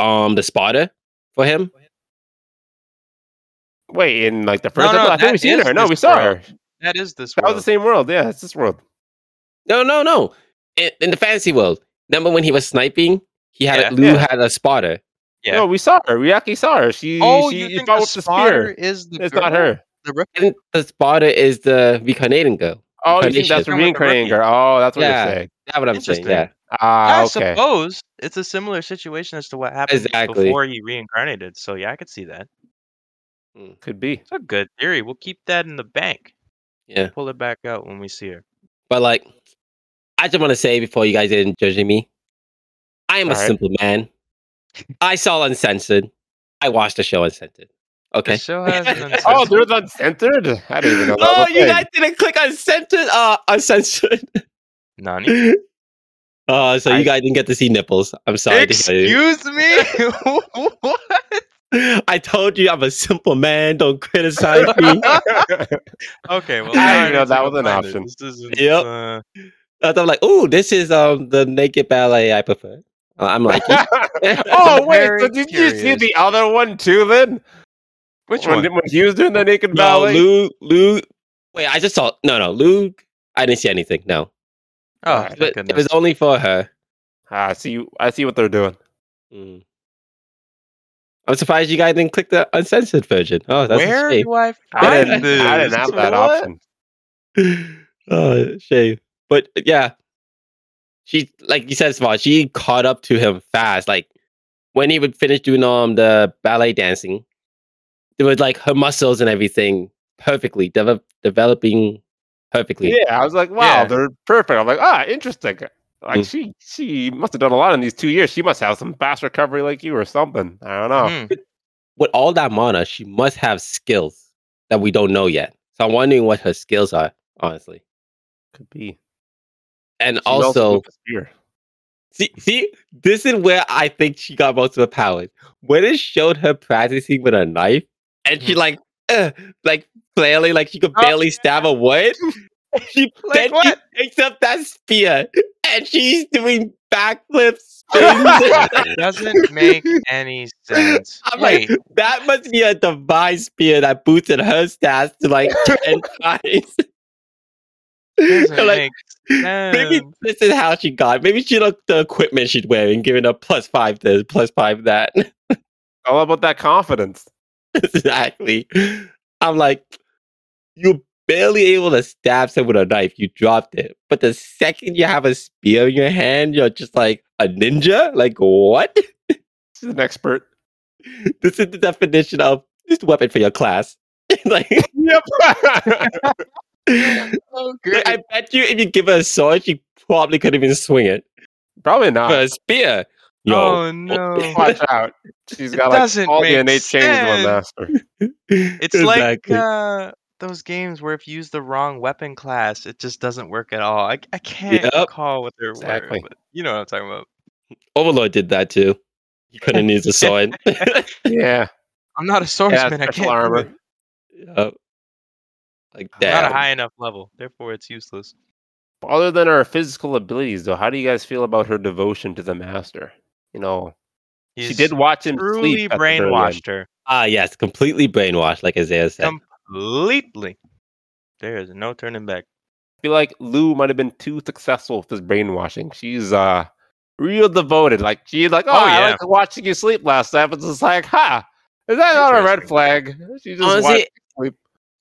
um the spotter for him. Wait, in like the first no, episode? I think that we seen is her. No, this we saw world. her. That is this. That was the world. same world. Yeah, it's this world. No, no, no. In, in the fantasy world, remember when he was sniping? He had Yeah. a, Lou Yeah. had a spotter. Yeah. No, we saw her. We actually saw her. She Oh, she you she think fought the with the spear. spotter is the? It's girl? not her. The rookie. And the spotter is the reincarnating girl. Oh, you think Reincarnation. that's Talking about the reincarnating rookie. her? Oh, that's what Yeah. you're saying. That's what I'm saying. Interesting. Yeah, Ah, I okay. suppose it's a similar situation as to what happened Exactly. before he reincarnated. So yeah, I could see that. Could be. It's a good theory. We'll keep that in the bank. yeah. Pull it back out when we see her. But like, I just want to say before you guys didn't judging me, I am a Alright. simple man. I saw uncensored. I watched the show uncensored. The Okay. show has an *laughs* Oh, uncensored- there's uncensored. I didn't even know. That Oh, was a you thing. guys *laughs* didn't click uncensored. Uh, *laughs* uncensored. Nani? Uh, so I- you guys didn't get to see nipples. I'm sorry. to hear you. Excuse me. *laughs* *laughs* what? I told you I'm a simple man. Don't criticize *laughs* me. Okay, well, *laughs* I sorry didn't know if that you was an don't mind it. option. This isn't, Yep. uh, I'm like, oh, this is um the naked ballet I prefer. Uh, I'm like, *laughs* oh *laughs* I'm wait, very so did you see curious. the other one too? Then which when, one? When he was doing the naked no, ballet. Lou, Lou. Wait, I just saw. No, no, Lou I didn't see anything. No, Oh, Alright, thank but it goodness. was only for her. Ah, I see. I see what they're doing. Mm. I'm surprised you guys didn't click the uncensored version. Oh, that's Where a shame. do I I find didn't. this? I didn't have that What? option. *laughs* oh, shame. But yeah, she like you said, Smart. She caught up to him fast. Like when he would finish doing um the ballet dancing, it was like her muscles and everything perfectly develop developing perfectly. Yeah, I was like, wow, Yeah. they're perfect. I'm like, ah, interesting. Like Mm. she, she must have done a lot in these two years. She must have some fast recovery like you or something. I don't know. Hmm. With all that mana, she must have skills that we don't know yet. So I'm wondering what her skills are, honestly. Could be. And She knows also, with a spear. See, see, this is where I think she got most of her powers. When it showed her practicing with a knife, and she Mhm. like, uh, like barely, like she could Oh, barely stab a wood. She Like then she what? picks up that spear, and she's doing *laughs* backflips. spins. It doesn't make any sense. I'm Wait, like, that must be a divine spear that boosted her stats to like *laughs* ten times. doesn't I'm like, make Maybe sense. this is how she got. Maybe she looked at the equipment she's wearing, giving her plus five this, plus five that. All about that confidence. exactly. I'm like, you're barely able to stab someone with a knife. You dropped it. But the second you have a spear in your hand, you're just like a ninja? Like, what? *laughs* She's an expert. This is the definition of this weapon for your class. *laughs* *laughs* like, Yep. like, Oh, great. I bet you if you give her a sword, she probably couldn't even swing it. *laughs* Probably not. But a spear, yo. Ah. oh no. Watch out. She's got It like doesn't all the make innate chains of a *laughs* master. It's like uh, those games where if you use the wrong weapon class, it just doesn't work at all. I, I can't Yep. recall what they're Exactly. were, but you know what I'm talking about. Overlord did that too. He couldn't *laughs* use a sword. *laughs* Yeah. I'm not a yeah swordsman. Oh, I special can't. armor. Do it. Yeah. Like Not a I'm Not that. a high enough level, therefore it's useless. Other than her physical abilities, though, how do you guys feel about her devotion to the master? You know, He's she did watch him truly sleep at the very end. brainwashed her. Ah, yes, completely brainwashed, like Isaiah said. Completely. There is no turning back. feel like Lou might have been too successful with this brainwashing. She's uh real devoted. Like she's like, oh, Oh, I yeah. liked watching you sleep last night. But it's just like, ha, is that not a red Interesting. flag? She just Honestly, watched sleep.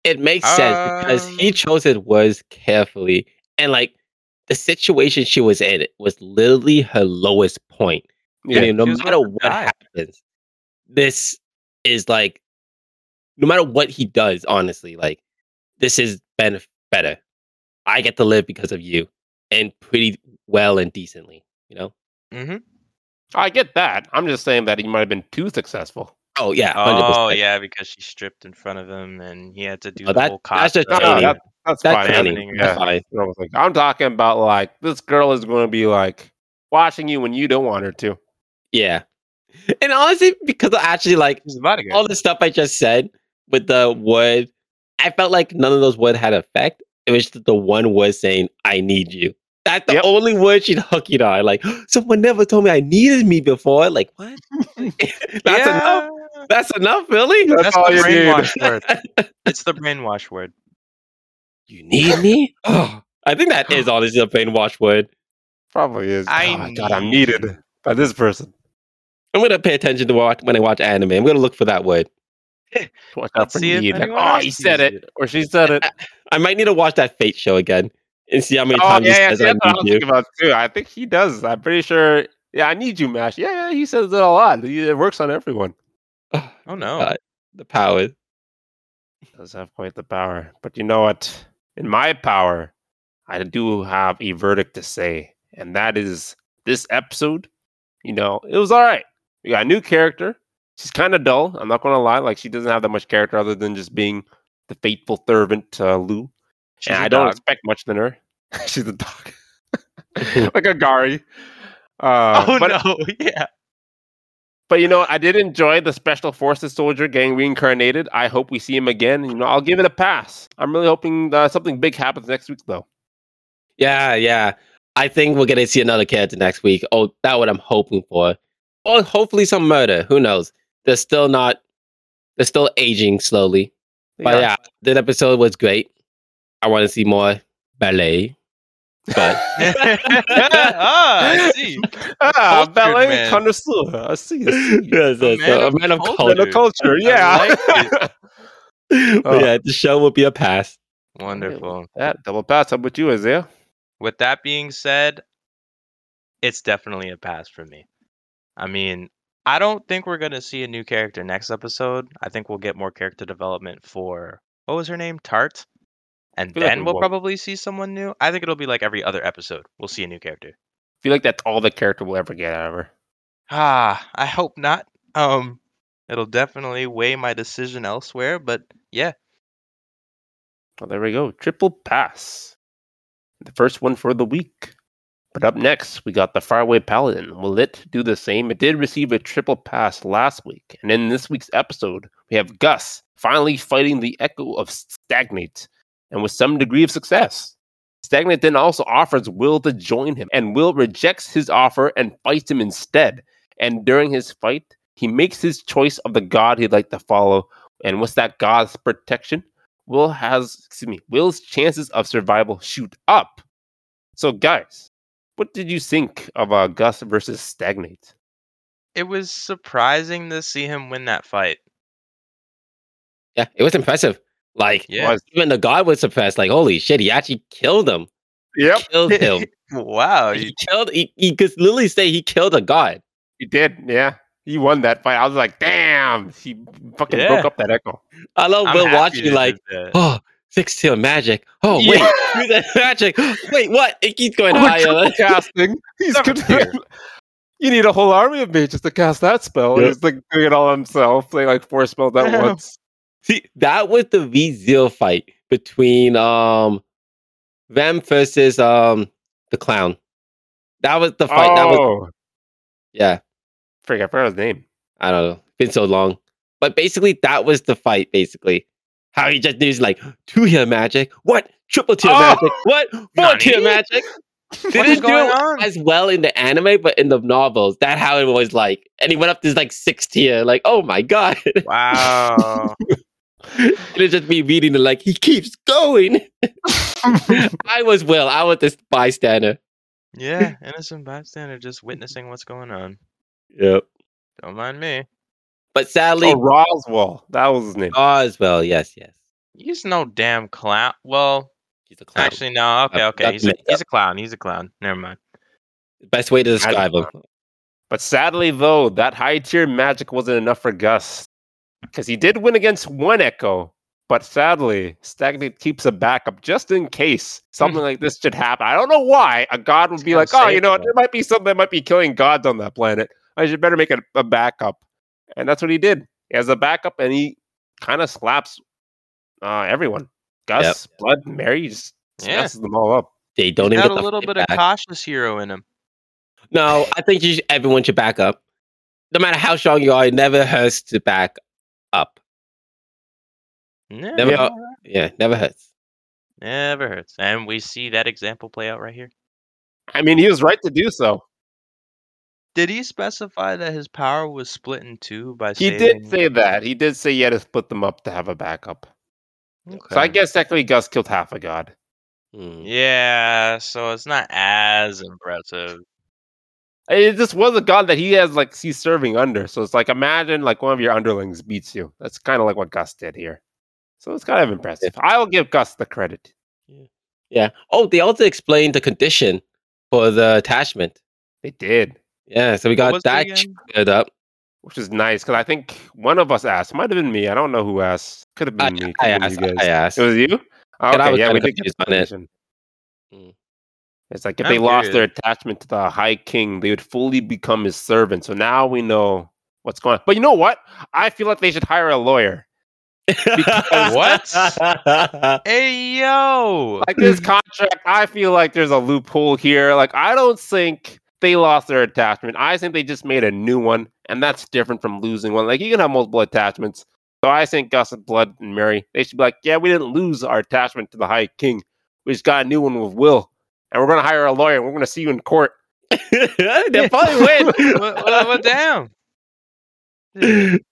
it makes sense because he Um, chose his words carefully, and like the situation she was in was literally her lowest point. Yeah. I mean, no she was matter with the what guy. happens, this is like, no matter what he does, honestly, like this is ben- better. I get to live because of you, and pretty well and decently, you know. hmm I get that. I'm just saying that he might have been too successful. Oh yeah, 100%. Oh yeah, because she stripped in front of him, and he had to do Oh, the that- whole that's just No, costume. no, training. that, that's, That's fine. training. Anthony, That's Yeah. fine. You know, I was like, I'm talking about like this girl is going to be like watching you when you don't want her to. Yeah. And honestly, because I actually like She's about to all the stuff I just said with the word, I felt like none of those words had effect. It was just the one word saying, I need you. That's the Yep. only word she'd hook it on. Like, *gasps* someone never told me I needed me before. Like, *laughs* what? *laughs* that's enough. That's enough, really? *laughs* That's, That's all the you need. brainwash word. *laughs* It's the brainwash word. You need me? oh, *sighs* I think that is honestly a brainwash word. Probably is. I oh, God, I'm need needed you. by this person. I'm gonna pay attention to what when I watch anime. I'm gonna look for that word. Watch out Let's for Oh, see if need. Like, anyone oh, else he said it, uses or she said it. I might need to watch that Fate show again and see how many Oh times yeah, yeah he see, says that's what I I was need you. thinking about too. I think he does. I'm pretty sure. Yeah, I need you, Mash. Yeah, yeah, he says it a lot. He- It works on everyone. Oh no. Uh, *sighs* the power. Does have quite the power, but you know what? In my power, I do have a verdict to say, and that is this episode. You know, it was all right. We got a new character. She's kind of dull. I'm not going to lie. Like she doesn't have that much character other than just being the faithful servant uh, Lou. She's and a I don't dog. expect much than her. *laughs* She's a dog, *laughs* like a Gari. Uh, *laughs* Oh but, no. *laughs* Yeah. but you know, what? I did enjoy the Special Forces soldier getting reincarnated. I hope we see him again. You know, I'll give it a pass. I'm really hoping that something big happens next week, though. Yeah, yeah. I think we're gonna see another character next week. Oh, that what I'm hoping for. Or hopefully some murder. Who knows? They're still not. They're still Oh, aging slowly. But yeah, that episode was great. I want to see more ballet, but *laughs* ah, I *laughs* see. *laughs* Ah, Cultured ballet man. connoisseur. I see. I *laughs* see. *laughs* yes, yes, man so a of man of culture. Man culture. of culture. I Yeah. like Oh. But *laughs* yeah, the show will be a pass. Wonderful. *laughs* that double pass. How about you, Isaiah? With that being said, it's definitely a pass for me. I mean, I don't think we're gonna see a new character next episode. I think we'll get more character development for what was her name, Tart, and feel like then we we'll won't. probably see someone new. I think it'll be like every other episode, we'll see a new character. I feel like that's all the character will ever get out of her. Ah, I hope not. Um, it'll definitely weigh my decision elsewhere, but yeah, Well, there we go. Triple pass. The first one for the week. But up next, we got the Faraway Paladin. Will it do the same? It did receive a triple pass last week. And in this week's episode, we have Gus finally fighting the echo of Stagnate and with some degree of success. Stagnate then also offers Will to join him, and Will rejects his offer and fights him instead. And during his fight, he makes his choice of the god he'd like to follow. And with that god's protection, Will has excuse me, Will's chances of survival shoot up. So guys, what did you think of uh, Gus versus Stagnate? it was surprising to see him win that fight. Yeah, it was impressive. Like Yeah. Was- even the god was impressed. Like holy shit, he actually killed him. Yep, Killed *laughs* him. wow. you- he killed. He, he could literally say he killed a god. he did. Yeah, he won that fight. I was like, damn, he fucking Yeah. broke up that *laughs* echo. I love I'm Will happy watching that like. there's that. oh, six tail magic. Oh, Yeah. *laughs* Oh, wait, use that *laughs* magic. *gasps* Wait, what? It keeps going We're triple *laughs* higher. casting. He's Seventh good. *laughs* You need a whole army of mages to cast that spell. Yeah. He's like doing it all himself, playing like four spells at *laughs* Yeah. once. See, that was the V Zeal fight between um them versus um the clown. That was the fight. That was Oh, yeah. freak! I forgot his *laughs* name. I don't know. Been so long, but basically that was the fight. Basically, how he just used like two tail magic. What triple tail Oh! magic? What four tail Nani? magic? They What is didn't do going it on? as well in the anime, but in the novels, that how it was like. And he went up to like sixth tier, like, oh my god. *laughs* Wow. It'd just be reading it like he keeps going. *laughs* I was Will. I was this bystander. *laughs* yeah, innocent bystander just witnessing what's going on. Yep. Don't mind me. But sadly, Oh, Roswell. That was his name. Oswell, yes, yes. He's no damn clown. Well, He's a clown. actually, no. Okay, Uh, okay. that's He's a, mixed he's a clown. He's a clown. Never mind. Best way to describe him. But sadly, though, that high tier magic wasn't enough for Gus. Because he did win against one Echo. But sadly, Stagnate keeps a backup just in case something like this should happen. I don't know why a god would be Kinda like, oh, you safe, know, what? though." there might be something that might be killing gods on that planet. I should better make a, a backup. And that's what he did. He has a backup and he kind of slaps uh, everyone Gus, Blood, Mary, just Yeah. smashes them all up. They don't even Got get a the little fight bit of back. cautious hero in him. No, I think you should, everyone should back up. No matter how strong you are, it never hurts to back up. Yeah, Never, yeah. yeah, never hurts. Never hurts. And we see that example play out right here. I mean, he was right to do so. Did he specify that his power was split in two by He did say that. He did say he had to split them up to have a backup. So I guess technically Gus killed half a god. Hmm. Yeah, so it's not as impressive. And It just was a god that he has like he's serving under. So it's like imagine like one of your underlings beats you. That's kind of like what Gus did here. So it's kind of impressive. I'll give Gus the credit. Yeah. Oh, they also explained the condition for the attachment. They did, Yeah, so we What got was it that again? cleared up. which is nice because I think one of us asked. Might have been me. I don't know who asked. Could have I, been me. I could've been asked. you guys. I asked. It was you. Oh, And I was yeah, kinda we did confused the on it. explanation. Mm. It's like if Hmm. I'm they lost their curious. attachment to the High King, they would fully become his servant. So now we know what's going on. But you know what? I feel like they should hire a lawyer. *laughs* What? Hey yo! Like this contract, I feel like there's a loophole here. Like I don't think they lost their attachment. I think they just made a new one, and that's different from losing one. Like you can have multiple attachments. So I think Gus and Blood and Mary, they should be like, yeah, we didn't lose our attachment to the High King. We just got a new one with Will, and we're gonna hire a lawyer. and We're gonna see you in court. *laughs* *laughs* They'll probably win. what, what, what damn?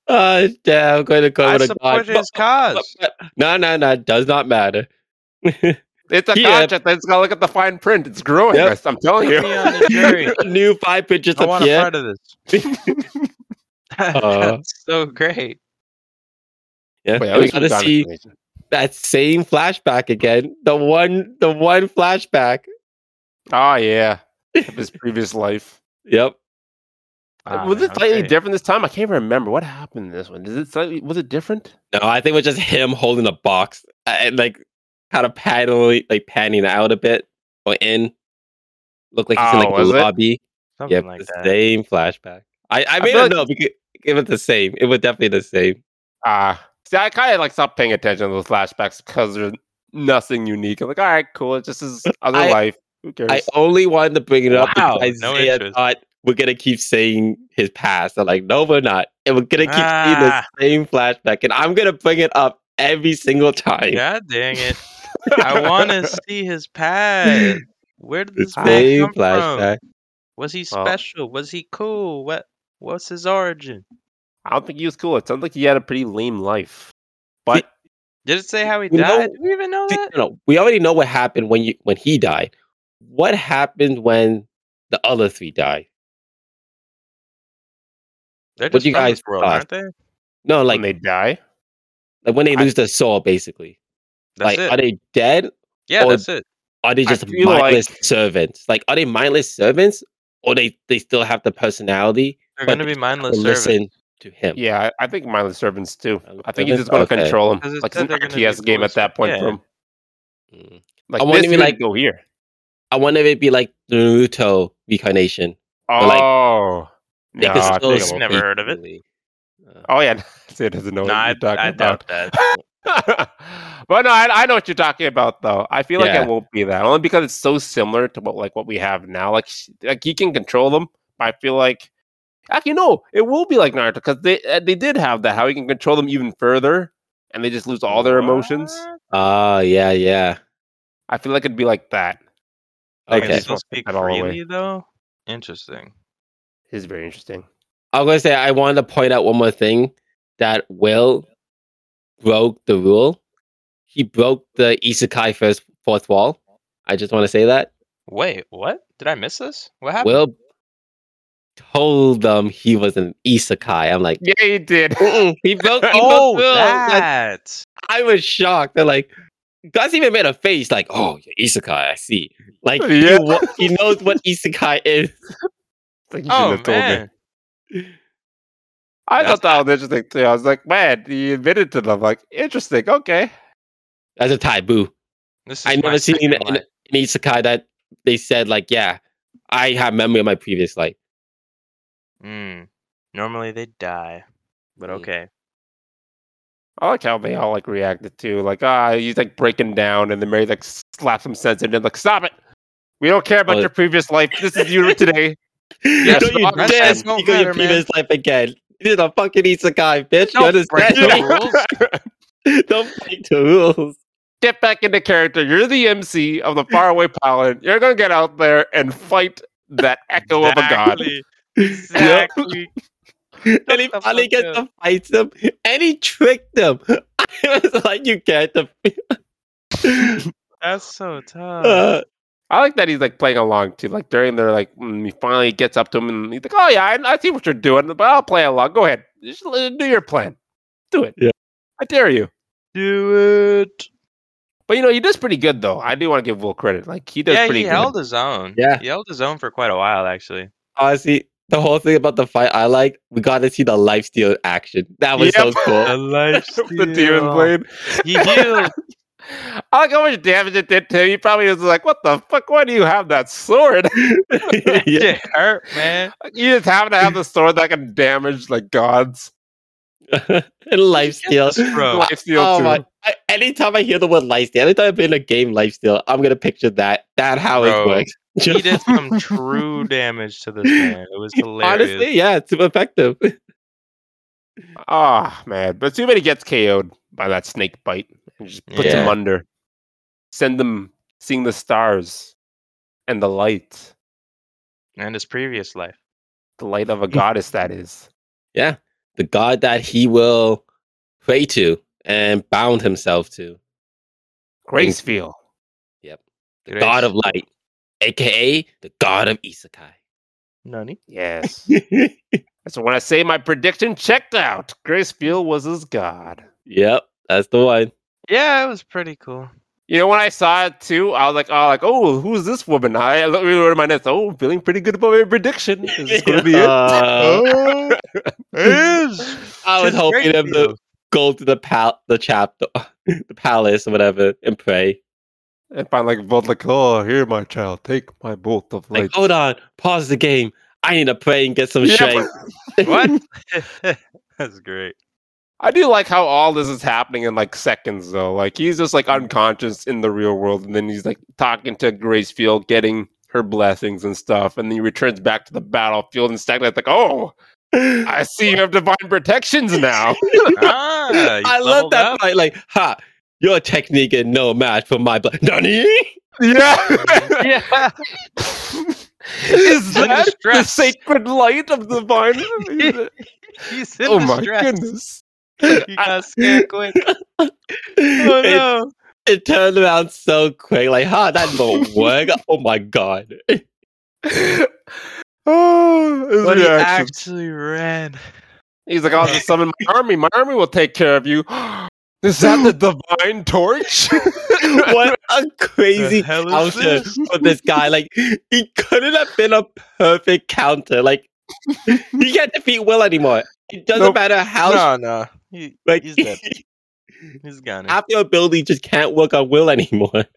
oh, damn, I'm going to go I with a god. supported his But- cause. *laughs* but- but- No, no, no. It does not matter. It's a Yeah. contract. It's got to look at the fine print. It's growing. Yep. Chris, I'm telling Put you. *laughs* me on the jury. New five pictures I want up a here. part of this. *laughs* Uh, That's so great. Yeah, Wait, at we least gotta we got see information. that same flashback again. The one, the one flashback. Oh yeah, Of his previous life. Yep. Ah, was it man, slightly okay. different this time? I can't remember what happened in this one. Is it slightly? Was it different? No, I think it was just him holding a box and like kind of paddling, like panning out a bit or in. Looked like he's in Oh, like a was it? lobby. Something Yep, like the that. same flashback. I, I made feel a like- note because it was the same. It was definitely the same. Ah, see, I kind of like stopped paying attention to those flashbacks because there's nothing unique. I'm like, all right, cool. It's just his other I- life. Who cares? *laughs* I only wanted to bring it up Wow, because no Isaiah interest. thought we're gonna keep saying his past. I'm like, no, we're not. And we're gonna keep Ah. seeing the same flashback, and I'm gonna bring it up every single time. God dang *laughs* it. *laughs* I want to see his past. Where did this man Same come from? flashback. Was he Well- special? Was he cool? What? What's his origin? I don't think he was cool. It sounds like he had a pretty lame life. But Did it say how he You know- died? Do we even know See, that? no, no, we already know what happened when you when he died. What happened when the other three died? They're what just you from this guys world, thought? aren't they? No, like when they die, like when they I- lose their soul, basically. That's like, it. are they dead? yeah, or- that's it. Are they I just feel mindless servants? Like, are they mindless servants, or they they still have the personality They're but going to they be mindless to servants. listen to him? yeah, I, I think mindless servants too. Mindless I think he's servants? just going to Okay. control him, 'Cause it like said it's an they're gonna be RTS game at bullshit. that point. Yeah. for him. Mm. Like this, I wonder if you he, like like- go here. I wonder if it'd be like the Naruto reincarnation. Oh, like, no, could I still think it I've won't. never speak heard of it. freely. Uh, oh yeah, *laughs* Sid doesn't know what No, I, you're talking I about. doubt that. *laughs* but no, I, I know what you're talking about, though. I feel like Yeah. it won't be that only because it's so similar to what like what we have now. Like, sh- like he can control them. I feel like actually no, it will be like Naruto because they uh, they did have that how he can control them even further, and they just lose all their emotions. What? Ah, yeah, yeah. I feel like it'd be like that. Like, Okay, They still Just wanna take speak that all away. freely, though. Interesting. It's very interesting. I'm gonna say I wanted to point out one more thing that Will broke the rule. He broke the isekai first fourth wall. I just want to say that Wait, what? Did I miss this? What happened? Will told them he was an isekai. I'm like, Yeah, he *laughs* did. Mm-mm. he *laughs* broke. He oh, broke the rule. Like, that. I was shocked. They're like, Gus even made a face like, oh, you're isekai. I see. Like, he Yeah. wa- he, knows what isekai is. Like, you shouldn't Oh, have told me. man. I That's- thought that was interesting too. I was like, man, he admitted to them. Like, interesting. Okay. That's a taboo. This is I my never seen an, second an, line. an isekai that they said, like, yeah, I have memory of my previous life. Mm. Normally they die, but Mm. okay. I like how they all like reacted to like ah he's like breaking down and then Mary like slaps some sense in him like stop it. We don't care about Oh. your previous life. This is you today. *laughs* Don't so you I'm dare saying- speak Don't of your matter, man. previous life again. This is a fucking isekai, bitch. Don't you break understand? the rules. *laughs* Don't break the rules. Get back into character. You're the MC of the faraway pollen. You're gonna get out there and fight that echo of a oh god. Exactly. *laughs* Exactly. and he the fuck finally gets up. to fight them, and he tricked them. *laughs* I was like, you can't defeat. *laughs* That's so *laughs* tough. Uh, I like that he's like playing along too. Like during their like mm, he finally gets up to him and he's like, oh yeah, I, I see what you're doing, but I'll play along. Go ahead, just uh, do your plan. Do it. Yeah. I dare you. Do it. But you know, he does pretty good though. I do want to give Will credit. Like he does yeah, pretty he good. held his own. Yeah. he held his own for quite a while, actually. honestly, the whole thing about the fight, I like. We got to see the lifesteal action. That was *laughs* Yep. so *laughs* cool. life *laughs* the demon blade. He healed. I like how much damage it did to him. He probably was like, "What the fuck? Why do you have that sword? *laughs* yeah. Shit hurt, man. you just happen to have the sword that can damage like gods." and lifesteal. Bro, Lifesteal Oh too. my! I, anytime I hear the word lifesteal, anytime I've been in a game lifesteal, I'm gonna picture that. That how Bro. it works. *laughs* he did some true damage to this man. It was hilarious. honestly, yeah, it's effective. *laughs* Ah man, but too many gets KO'd by that snake bite and just puts Yeah. him under. Send them seeing the stars and the light, and his previous life. the light *laughs* of a goddess that is. Yeah, the god that he will pray to and bound himself to. Grace feel. the god of light, aka the god of isekai. *laughs* Nani? Yes. so when I say my prediction checked out, Grace Field was his god. yep, that's the one. Yeah, it was pretty cool. You know, when I saw it too, I was like, oh, like, oh, who's this woman? I looked over my notes. Oh, feeling pretty good about my prediction. Is this *laughs* going to be it? Uh, Oh, it *laughs* is. Oh, I was She's hoping great them for you. to go to the pal the chapter *laughs* the palace or whatever and pray. *laughs* And find like both like, oh, here, my child, take my bolt of Like, oh light. hold on, pause the game. I need to pray and get some Yeah, strength. What? *laughs* That's great. I do like how all this is happening in like seconds though. Like he's just like unconscious in the real world, and then he's like talking to Grace Field, getting her blessings and stuff, and then he returns back to the battlefield and Stagnant's like, oh, I see you have divine protections now. *laughs* Ah, you I love leveled that up. fight. Like, ha, your technique is no match for my blood. Nani? Oh, yeah. *laughs* Yeah. *laughs* Is In that the distress. sacred light of *laughs* divine? He's in oh my distress. goodness. *gasps* He got scared quick. Oh *laughs* It- no. it, turned around so quick. Like, ha, that won't work. oh my god. *laughs* oh, his But he reaction. actually ran. He's like, I'll just summon *laughs* my army. My army will take care of you. *gasps* Is that the divine torch? *laughs* what a crazy *laughs* The hell is counter this? for this guy. Like, he couldn't have been a perfect counter. Like, he can't defeat Will anymore. It doesn't Nope. matter how. No, no. He, like, he's dead. He's gone. half your ability just can't work on Will anymore. *laughs*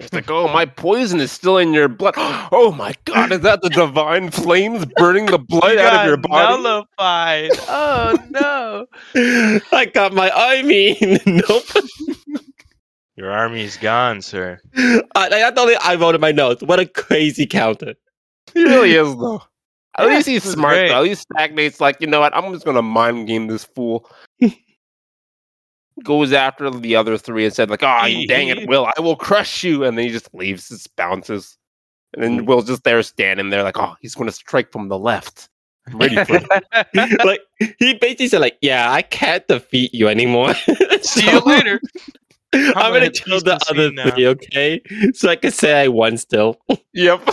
It's like, oh, my poison is still in your blood. *gasps* Oh my god, is that the divine flames burning the He blood out of your got body? Nullified. Oh no. I got my army. *laughs* nope. Your army is gone, sir. I, *laughs* I- that's the only I wrote in my notes. What a crazy *laughs* counter. He *laughs* really is though. At Yeah, least he's this is smart great. though. At least Stagnate's like, you know what? I'm just gonna mind game this fool. *laughs* Goes after the other three and said, like, oh dang *laughs* it, Will, I will crush you. And then he just leaves, just bounces. And then Will's just there standing there, like, oh, he's gonna strike from the left. I'm *laughs* ready for it. like he basically said, like, yeah, I can't defeat you anymore. *laughs* See you later. I'm, gonna gonna hit kill peace the and see other you now. three, okay? So I can say I won still. *laughs* Yep.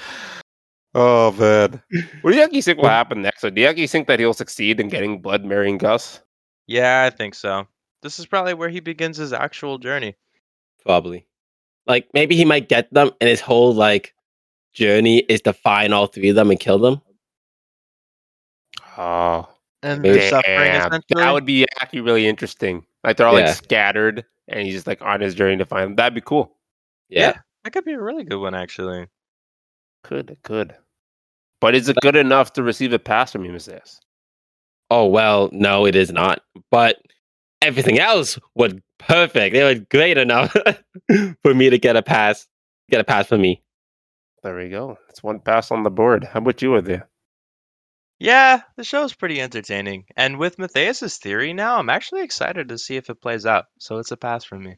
*laughs* oh man. *laughs* What do you actually think will happen next? So do you actually think that he'll succeed in getting blood marrying Gus? Yeah, I think so. This is probably where he begins his actual journey. Probably. Like maybe he might get them and his whole like journey is to find all three of them and kill them. Oh. And Maybe. their suffering Damn. That essentially. would be actually really interesting. Like they're all Yeah. like scattered and he's just like on his journey to find them. That'd be cool. Yeah. That could be a really good one actually. Could it could. But is it good enough to receive a pass from him says? Oh well, no, it is not. But everything else was perfect. It was great enough *laughs* for me to get a pass. Get a pass for me. There we go. It's one pass on the board. How about you with there? Yeah, the show's pretty entertaining. And with Matthias's theory now, I'm actually excited to see if it plays out. So it's a pass from me.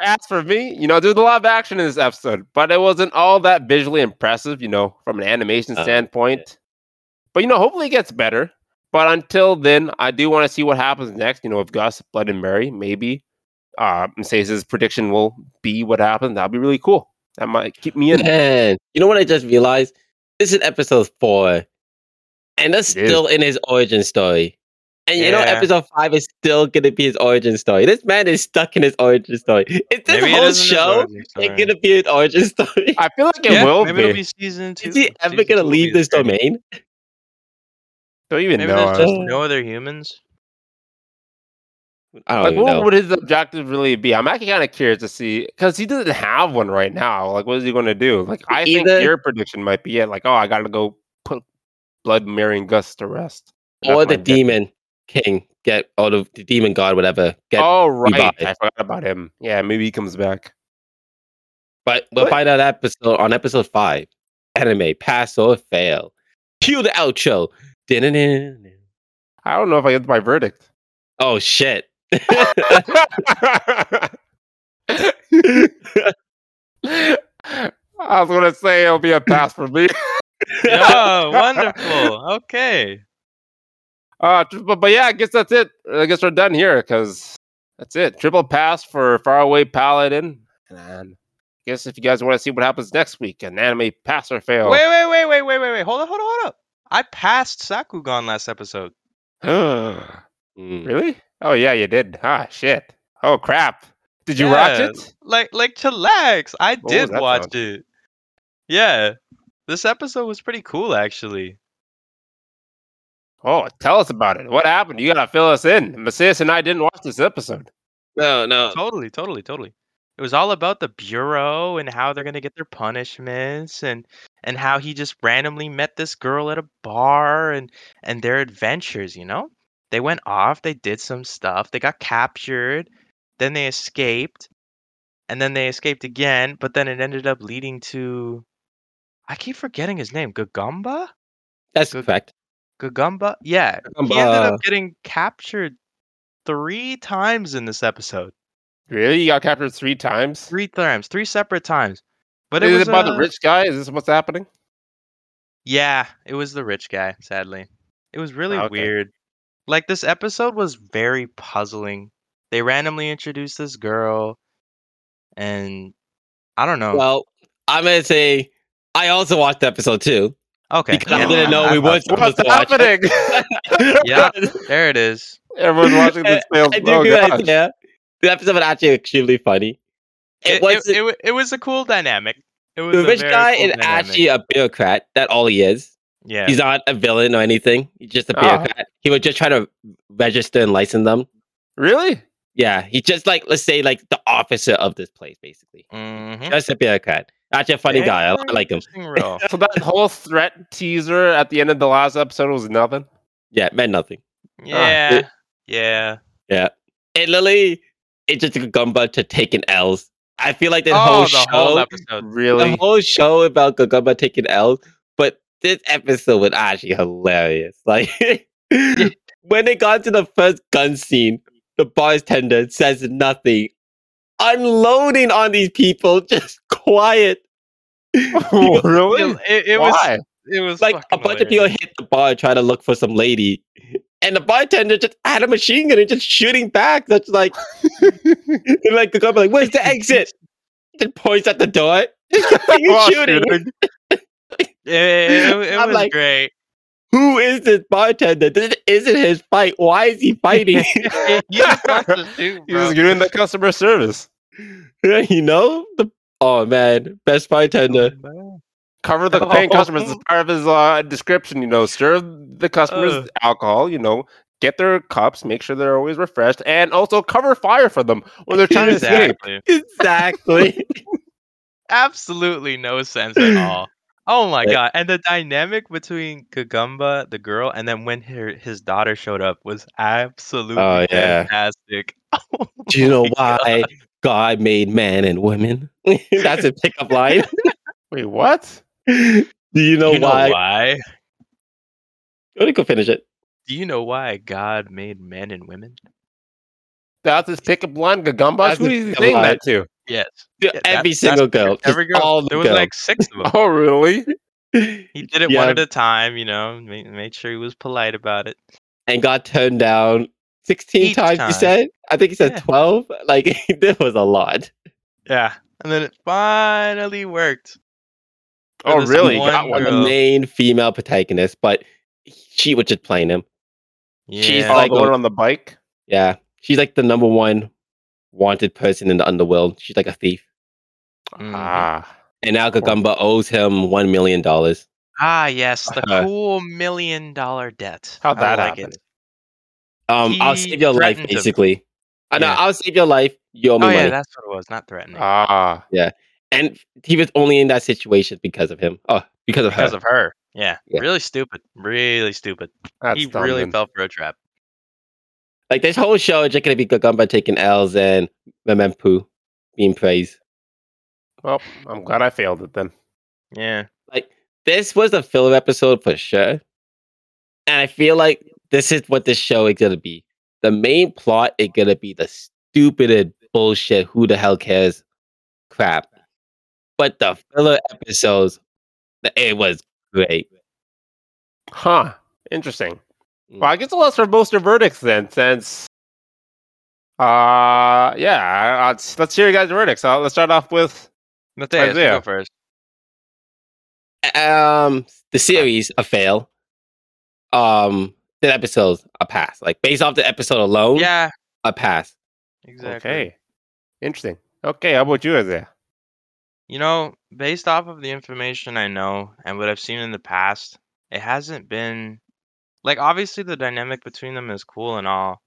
As for me, you know, there's a lot of action in this episode, but it wasn't all that visually impressive, you know, from an animation Oh, Uh, standpoint. But you know, hopefully it gets better. But until then, I do want to see what happens next. You know, if Gus, Blood, and Mary, maybe uh Says prediction will be what happens. That'd be really cool. That might keep me *laughs* in. Man, you know what I just realized? This is episode four, and that's It is. still in his origin story. And you know, Yeah. episode five is still gonna be his origin story. This man is stuck in his origin story. Is this Maybe it whole isn't his show origin it story. *laughs* gonna be his origin story? I feel like it Yeah, will maybe it'll be. be season *laughs* two. is he ever Season gonna two will leave be this the journey. domain? Don't even know. Maybe there's just honestly. honestly. no *laughs* other humans. I don't Like, even what Oh, know. would his objective really be? I'm actually kind of curious to see because he doesn't have one right now. Like, what is he going to do? Like, I Either- think your prediction might be it. Like, oh, I got to go put Blood marrying Gus to rest. That's or my the bet. demon king get or the, the demon god whatever get oh, right. revived. I forgot about him. Yeah, maybe he comes back. but we'll what? find out episode on episode five anime pass or fail cue the outro Din-din-din-din. I don't know if I get my *laughs* verdict. *laughs* oh shit I was going to say it'll be a pass for me. oh, wonderful. Okay. Uh, tr- but, but yeah, I guess that's it. I guess we're done here because that's it. Triple pass for Faraway Paladin and guess if you guys want to see what happens next week, an anime pass or fail. Wait, wait, wait, wait, wait, wait, wait. Hold up, hold up, hold up. I passed Sakugan last episode. *laughs* *sighs* Mm. really? Oh yeah, you did. Ah shit. Oh crap. Did you watch Yeah, it? Like, like chillax. I was did that watch sound? it. Yeah, this episode was pretty cool actually. Oh, tell us about it. What happened? You gotta fill us in. Macias and I didn't watch this episode. No, no. *laughs* Totally, totally, totally. It was all about the bureau and how they're gonna get their punishments and and how he just randomly met this girl at a bar and and their adventures. You know, they went off, they did some stuff, they got captured, then they escaped, and then they escaped again. But then it ended up leading to, I keep forgetting his name, Gagumba. That's Good. correct. Um, Gagumba. Yeah, he ended Gagumba. up getting captured three times in this episode. Really? You got captured three times? three times, three separate times. But Is it was it about the uh, rich guy? Is this what's happening? Yeah, it was the rich guy. Sadly, it was really Ah, Okay. weird. Like this episode was very puzzling. They randomly introduced this girl, and I don't know. Well, I'm gonna say I also watched the episode too okay, because I yeah, didn't know I we thought were so. supposed What's to watch. it. happening? *laughs* *laughs* Yeah, there it is. Everyone's watching this *laughs* fails. *laughs* I do Oh, realize, gosh. yeah, the episode was actually extremely funny. It, It, was it, it, wa- it was a cool dynamic. It was the a rich very guy cool is dynamic. actually a bureaucrat. That all he is. yeah. He's not a villain or anything. He's just a Oh. bureaucrat. He would just try to register and license them. Really? Yeah, he's just like let's say like the officer of this place, basically. Mhm. That's a bureaucrat. Actually, a funny Yeah, guy. I, very I like him. Ah, interesting *laughs* role. So that whole threat teaser at the end of the last episode was nothing? Yeah, it meant nothing. yeah, yeah. It literally it just took Gumba to take an L's. I feel like the oh, whole the show, whole episode. Really? *laughs* *laughs* the whole show about Gagumba taking L's, but this episode was actually hilarious. *laughs* Like when they got to the first gun scene, the bartender says nothing, unloading on these people, *laughs* just quiet. really? It, it, it was Why? it was Like a fucking bunch of people hilarious. hit the bar trying to look for some lady. And the bartender just had a machine gun and just shooting back. That's *laughs* like, and like the guy like, "Where's the exit?" Just points at the door. *laughs* *laughs* While shooting. It, it- it I'm was like- *laughs* great. who is this bartender? This isn't his fight. Why is he *laughs* fighting? He *laughs* just wants to *laughs* shoot, He bro. was doing the customer service. you know? The, oh man, best bartender. Cover the Oh. paying customers as part of his uh, description, you know. Serve the customers Ugh. alcohol, you know. Get their cups, make sure they're always refreshed, and also cover fire for them when they're *laughs* trying to escape. Exactly. *laughs* Exactly. Absolutely no sense at all. Oh my Like- god! And the dynamic between Kagumba, the girl, and then when her his daughter showed up was *laughs* absolutely Oh, yeah. fantastic. Do you know why God made man and woman? *laughs* That's a pickup line. Wait, what? *laughs* Do you know Do you know why? why? Let me go finish it. Do you know why God made men and women? That's his pickup line, Gagumba. That's Who his is he pickup saying line. that to? Yes. To Yeah, every that's- single girl. just Every girl. All the there was girls. like six *laughs* of them. Oh, really? He did it Yeah. one at a time, you know, made, made sure he was polite about it. *laughs* and got turned down 16 Each times, time. you said? I think he said Yeah. 12. Like, *laughs* there was a lot. Yeah. And then it finally worked. For Oh, this really? one Got one. the girl. main female protagonist, but she was just playing him. She's Yeah. Oh, like- the one on the bike. Yeah. She's like the number one wanted person in the underworld. She's like a thief. Mhm. Ah, And now Gagumba owes him $1 million. Ah, yes, the Uh-huh. cool million dollar debt. uh, How'd I that like happen? It. Um, I'll He save your life, threatened him. basically. I know, Yeah. I'll save your life. You owe me Oh money. yeah, that's what it was. Not threatening ah. and he was only in that situation because of him. Oh, because of because her. of her. Yeah, Yeah. really stupid. Really stupid. That's he dumb, really then. fell for a trap. like this whole show is just gonna be Gagumba taking L's and Memempu being praised. Well, I'm glad I failed it then. Yeah. Like this was a filler episode for sure, and I feel like this is what this show is gonna be. The main plot is gonna be the stupidest bullshit. Who the hell cares? Crap. But the filler episodes, th- it was great. Huh. Interesting. Hmm. Well, I guess I'll ask for most of verdicts then, since. Uh, yeah. I- I'll- let's hear you guys' verdicts. Uh, let's start off with Matthias, you Isaiah. go first. um the series a fail um the episodes a pass like based off the episode alone Yeah, a pass exactly. Oh. Okay. Interesting. Okay, how about you, Isaiah? You know, based off of the information I know and what I've seen in the past, it hasn't been like obviously the dynamic between them is cool and all,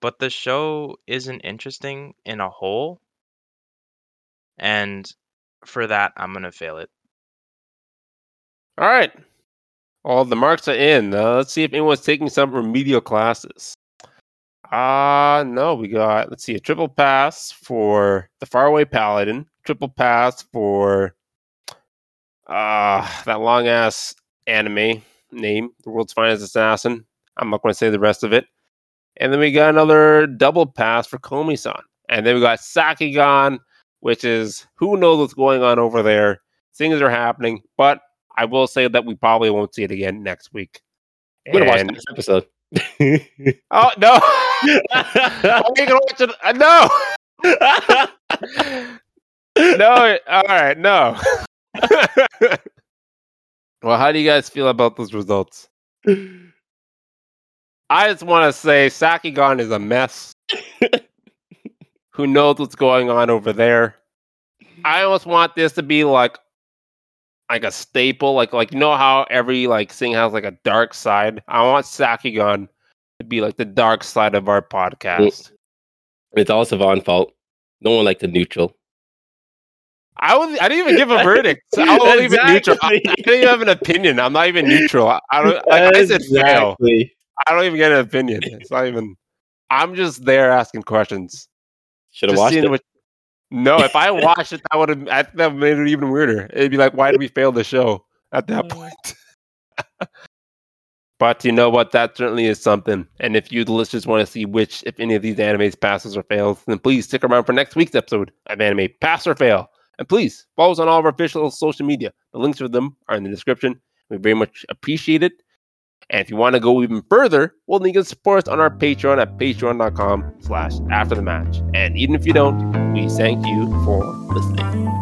but the show isn't interesting in a whole. And for that, I'm going to fail it. All right. All the marks are in. Uh, let's see if anyone's taking some remedial classes. Ah, no, we got, let's see, a triple pass for the Faraway Paladin, triple pass for uh, that long ass anime name, The World's Finest Assassin. I'm not going to say the rest of it. And then we got another double pass for Komi san. And then we got Sakigan, which is who knows what's going on over there. Things are happening, but I will say that we probably won't see it again next week. i'm gonna watch And- the next episode Oh no! *laughs* Are we gonna watch it? uh, No, *laughs* *laughs* no. All right, no. *laughs* well, how do you guys feel about those results? I just want to say Sakigon is a *laughs* mess. Who knows what's going on over there? I almost want this to be like, like a staple. Like, like you know how every like thing has like a dark side. I want Sakigon to be like the dark side of our podcast. it's all savon's fault no one liked the neutral I was I didn't even give a verdict. So I wasn't even neutral. I, I Exactly. didn't even have an opinion. I'm not even neutral. I, I don't like I said fail. Exactly. I don't even get an opinion. It's not even I'm just there asking questions. should have Just watched seeing it what- no, if I watched it, that would have I think that made it even weirder. It'd be like, why did we fail the show at that point? *laughs* but you know what? That certainly is something. And if you the listeners want to see which, if any of these animes passes or fails, then please stick around for next week's episode of Anime Pass or Fail. And please follow us on all of our official social media. The links for them are in the description. We very much appreciate it. And if you want to go even further, well, then you can support us on our Patreon at patreon.com slash after the match. And even if you don't, we thank you for listening.